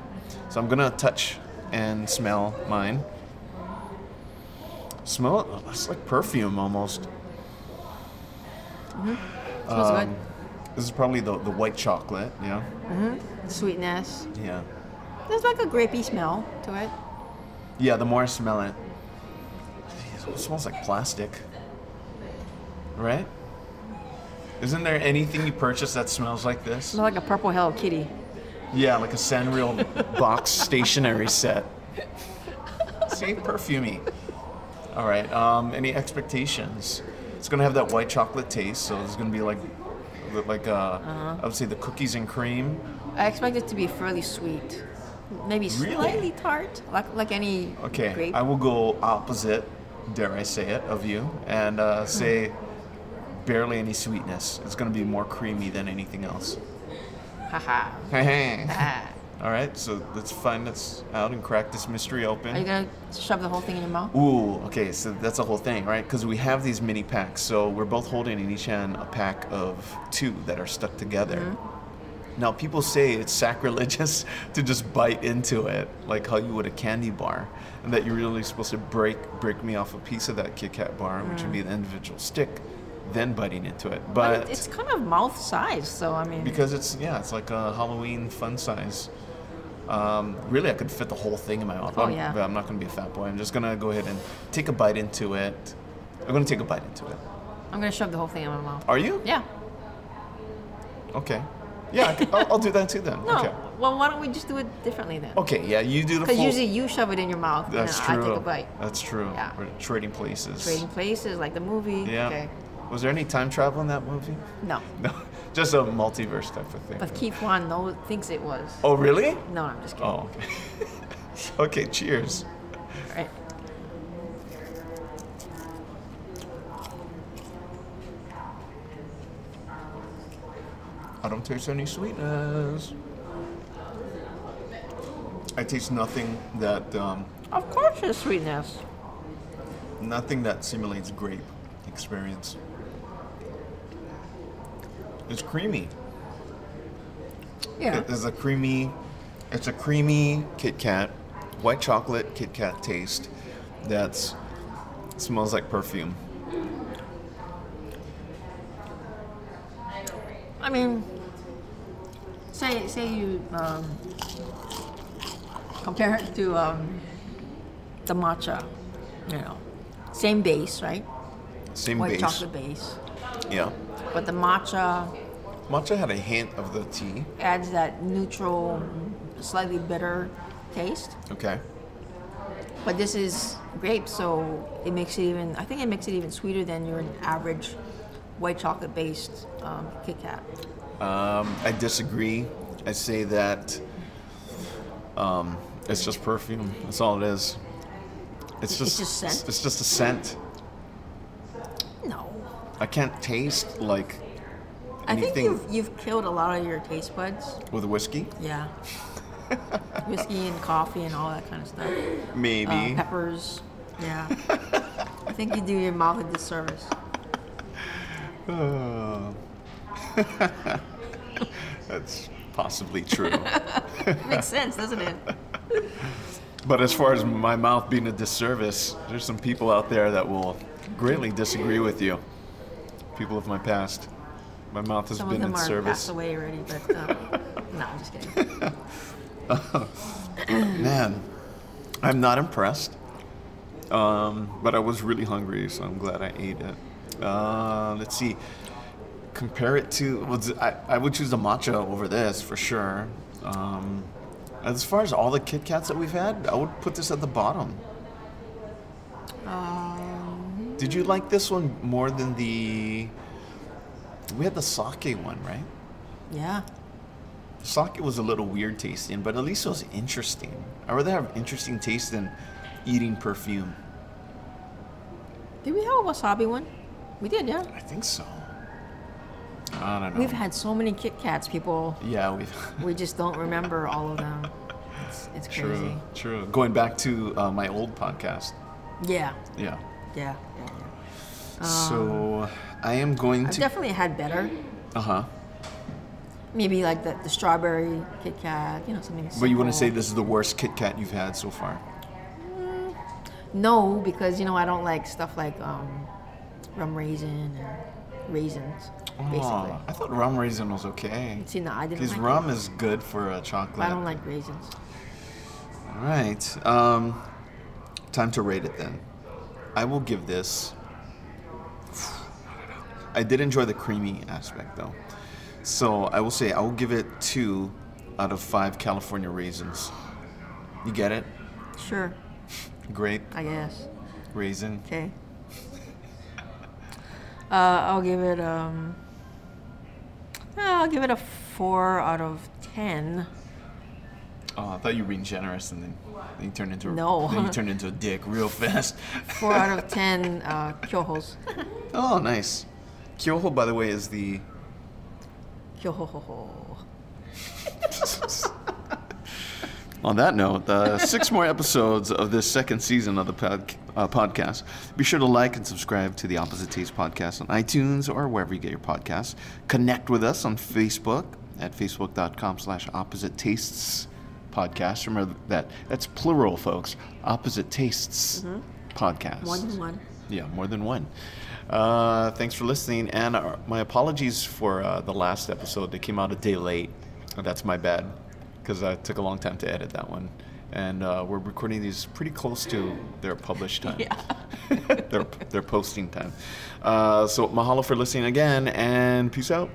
S1: So I'm gonna touch and smell mine. Smell it's like perfume almost.
S2: Smells
S1: Um. This is probably the, the white chocolate, yeah?
S2: good. Sweetness.
S1: Yeah.
S2: There's like a grapey smell to it.
S1: Yeah, the more I smell it, Jeez, it smells like plastic. Right? Isn't there anything you purchase that smells like this?
S2: Smells like a purple Hello Kitty.
S1: Yeah, like a Sanrio box stationery set. See, perfumey. All right. Um, any expectations? It's gonna have that white chocolate taste, so it's gonna be like, like uh, I would say the cookies and cream.
S2: I expect it to be fairly sweet, maybe
S1: Really?
S2: slightly tart, like like any
S1: Okay,
S2: grape.
S1: I will go opposite, dare I say it, of you, and
S2: Mm-hmm.
S1: uh, say barely any sweetness. It's gonna be more creamy than anything else.
S2: Haha.
S1: All
S2: Ah.
S1: right, so let's find this out and crack this mystery open.
S2: Are you gonna shove the whole thing in your mouth?
S1: Ooh, okay, so that's the whole thing, right? Because we have these mini packs, so we're both holding in each hand a pack of two that are stuck together.
S2: Mm-hmm.
S1: Now, people say it's sacrilegious to just bite into it, like how you would a candy bar, and that you're really supposed to break break me off a piece of that Kit Kat bar, which would be the individual stick, then biting into it.
S2: Mm. But
S1: But
S2: it's kind of mouth size, so I mean,
S1: because it's yeah, it's like a Halloween fun size. Um, really, I could fit the whole thing in my mouth.
S2: Oh,
S1: I'm-
S2: yeah.
S1: But I'm not gonna be a fat boy. I'm just gonna go ahead and take a bite into it. I'm gonna take a bite into it.
S2: I'm gonna shove the whole thing in my mouth.
S1: Are you?
S2: Yeah.
S1: Okay. Yeah, I c- I'll, I'll do that too then.
S2: No.
S1: Okay.
S2: Well, why don't we just do it differently then?
S1: Okay. Yeah, you do the.
S2: Because
S1: full-
S2: usually you shove it in your mouth,
S1: That's
S2: and then
S1: true.
S2: I take a bite.
S1: That's true.
S2: Yeah.
S1: We're trading places.
S2: Trading places, like the movie.
S1: Yeah.
S2: Okay.
S1: Was there any time travel in that movie?
S2: No.
S1: No, just a multiverse type of thing.
S2: But Keith Wan knows, thinks it was.
S1: oh really?
S2: No, I'm just kidding.
S1: Oh. Okay. okay. Cheers. Oh.
S2: Right.
S1: I don't taste any sweetness. I taste nothing that um,
S2: Of course, there's sweetness.
S1: nothing that simulates grape experience. It's creamy.
S2: Yeah.
S1: It is a creamy. It's a creamy Kit Kat, white chocolate Kit Kat taste. That's smells like perfume.
S2: mean, say say you um, compare it to um, the matcha, you know, same base, right?
S1: Same
S2: White
S1: base.
S2: chocolate base,
S1: Yeah.
S2: but the matcha
S1: Matcha had a hint of the tea.
S2: adds that neutral, slightly bitter taste.
S1: Okay.
S2: But this is grape, so it makes it even. I think it makes it even sweeter than your average white chocolate based um, Kit Kat.
S1: Um, I disagree. I say that um, it's just perfume. That's all it is. It's just,
S2: just scent?
S1: It's, just a scent.
S2: No,
S1: I can't taste like
S2: I think
S1: anything
S2: you've you've killed a lot of your taste buds.
S1: with whiskey.
S2: Yeah, whiskey and coffee and all that kind of stuff.
S1: Maybe.
S2: Uh, peppers. Yeah, I think you do your mouth a disservice.
S1: Uh, that's possibly true.
S2: Makes sense, doesn't it?
S1: but as far as my mouth being a disservice, there's some people out there that will greatly disagree with you. People of my past. My mouth has
S2: Some
S1: been
S2: of them
S1: in
S2: are
S1: service.
S2: passed away already, but um, no, I'm just kidding.
S1: Man, I'm not impressed. Um, but I was really hungry, so I'm glad I ate it. Uh, let's see. Compare it to. well, z- I, I would choose the matcha over this for sure. Um, as far as all the Kit Kats that we've had, I would put this at the bottom.
S2: Um,
S1: Did you like this one more than the? We had the sake one, right?
S2: yeah.
S1: The sake was a little weird tasting, but at least it was interesting. I'd rather have interesting taste than eating perfume.
S2: Did we have a wasabi one? We did, yeah.
S1: I think so. I don't know.
S2: We've had so many Kit Kats, people.
S1: yeah, we've.
S2: We just don't remember all of them. It's, it's
S1: True.
S2: crazy.
S1: True. Going back to uh, my old podcast.
S2: Yeah,
S1: Yeah.
S2: yeah, yeah, yeah.
S1: so I am going
S2: Ah. I've
S1: to.
S2: definitely had better.
S1: uh huh.
S2: Maybe like the, the strawberry Kit Kat, you know, something.
S1: But you want to say
S2: simple.
S1: this is the worst Kit Kat you've had so far?
S2: No, because you know I don't like stuff like um, rum raisin or raisins, basically.
S1: Aw, I thought rum raisin was okay.
S2: See, no, I didn't.
S1: Ah. Because
S2: Like
S1: rum
S2: it.
S1: is good for a chocolate.
S2: I don't like raisins.
S1: All right. Um, time to rate it then. I will give this. I did enjoy the creamy aspect though. So I will say I will give it two out of five California raisins. You get it?
S2: Sure,
S1: Grape,
S2: I guess.
S1: raisin.
S2: Okay. Uh, I'll give it um. uh, I'll give it a four out of ten.
S1: Oh, I thought you were being generous and then, then you turned into a,
S2: No.
S1: then you turned into a dick real fast.
S2: Four out of ten uh, kyohos.
S1: Oh, nice. Kyoho, by the way, is the
S2: Kyohohoho.
S1: On that note, uh, six more episodes of this second season of the pod, uh, podcast. Be sure to like and subscribe to the Opposite Taste podcast on iTunes or wherever you get your podcasts. Connect with us on Facebook at facebook.com slash opposite tastes podcast. Remember that. That's plural, folks. Opposite tastes podcast.
S2: One and one.
S1: Yeah, more than one. Uh, thanks for listening, and uh, my apologies for uh, the last episode that came out a day late. That's my bad, because I took a long time to edit that one. And uh, we're recording these pretty close to their published time,
S2: Yeah.
S1: their, their posting time. Uh, so, mahalo for listening again, and peace out.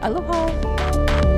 S2: Aloha.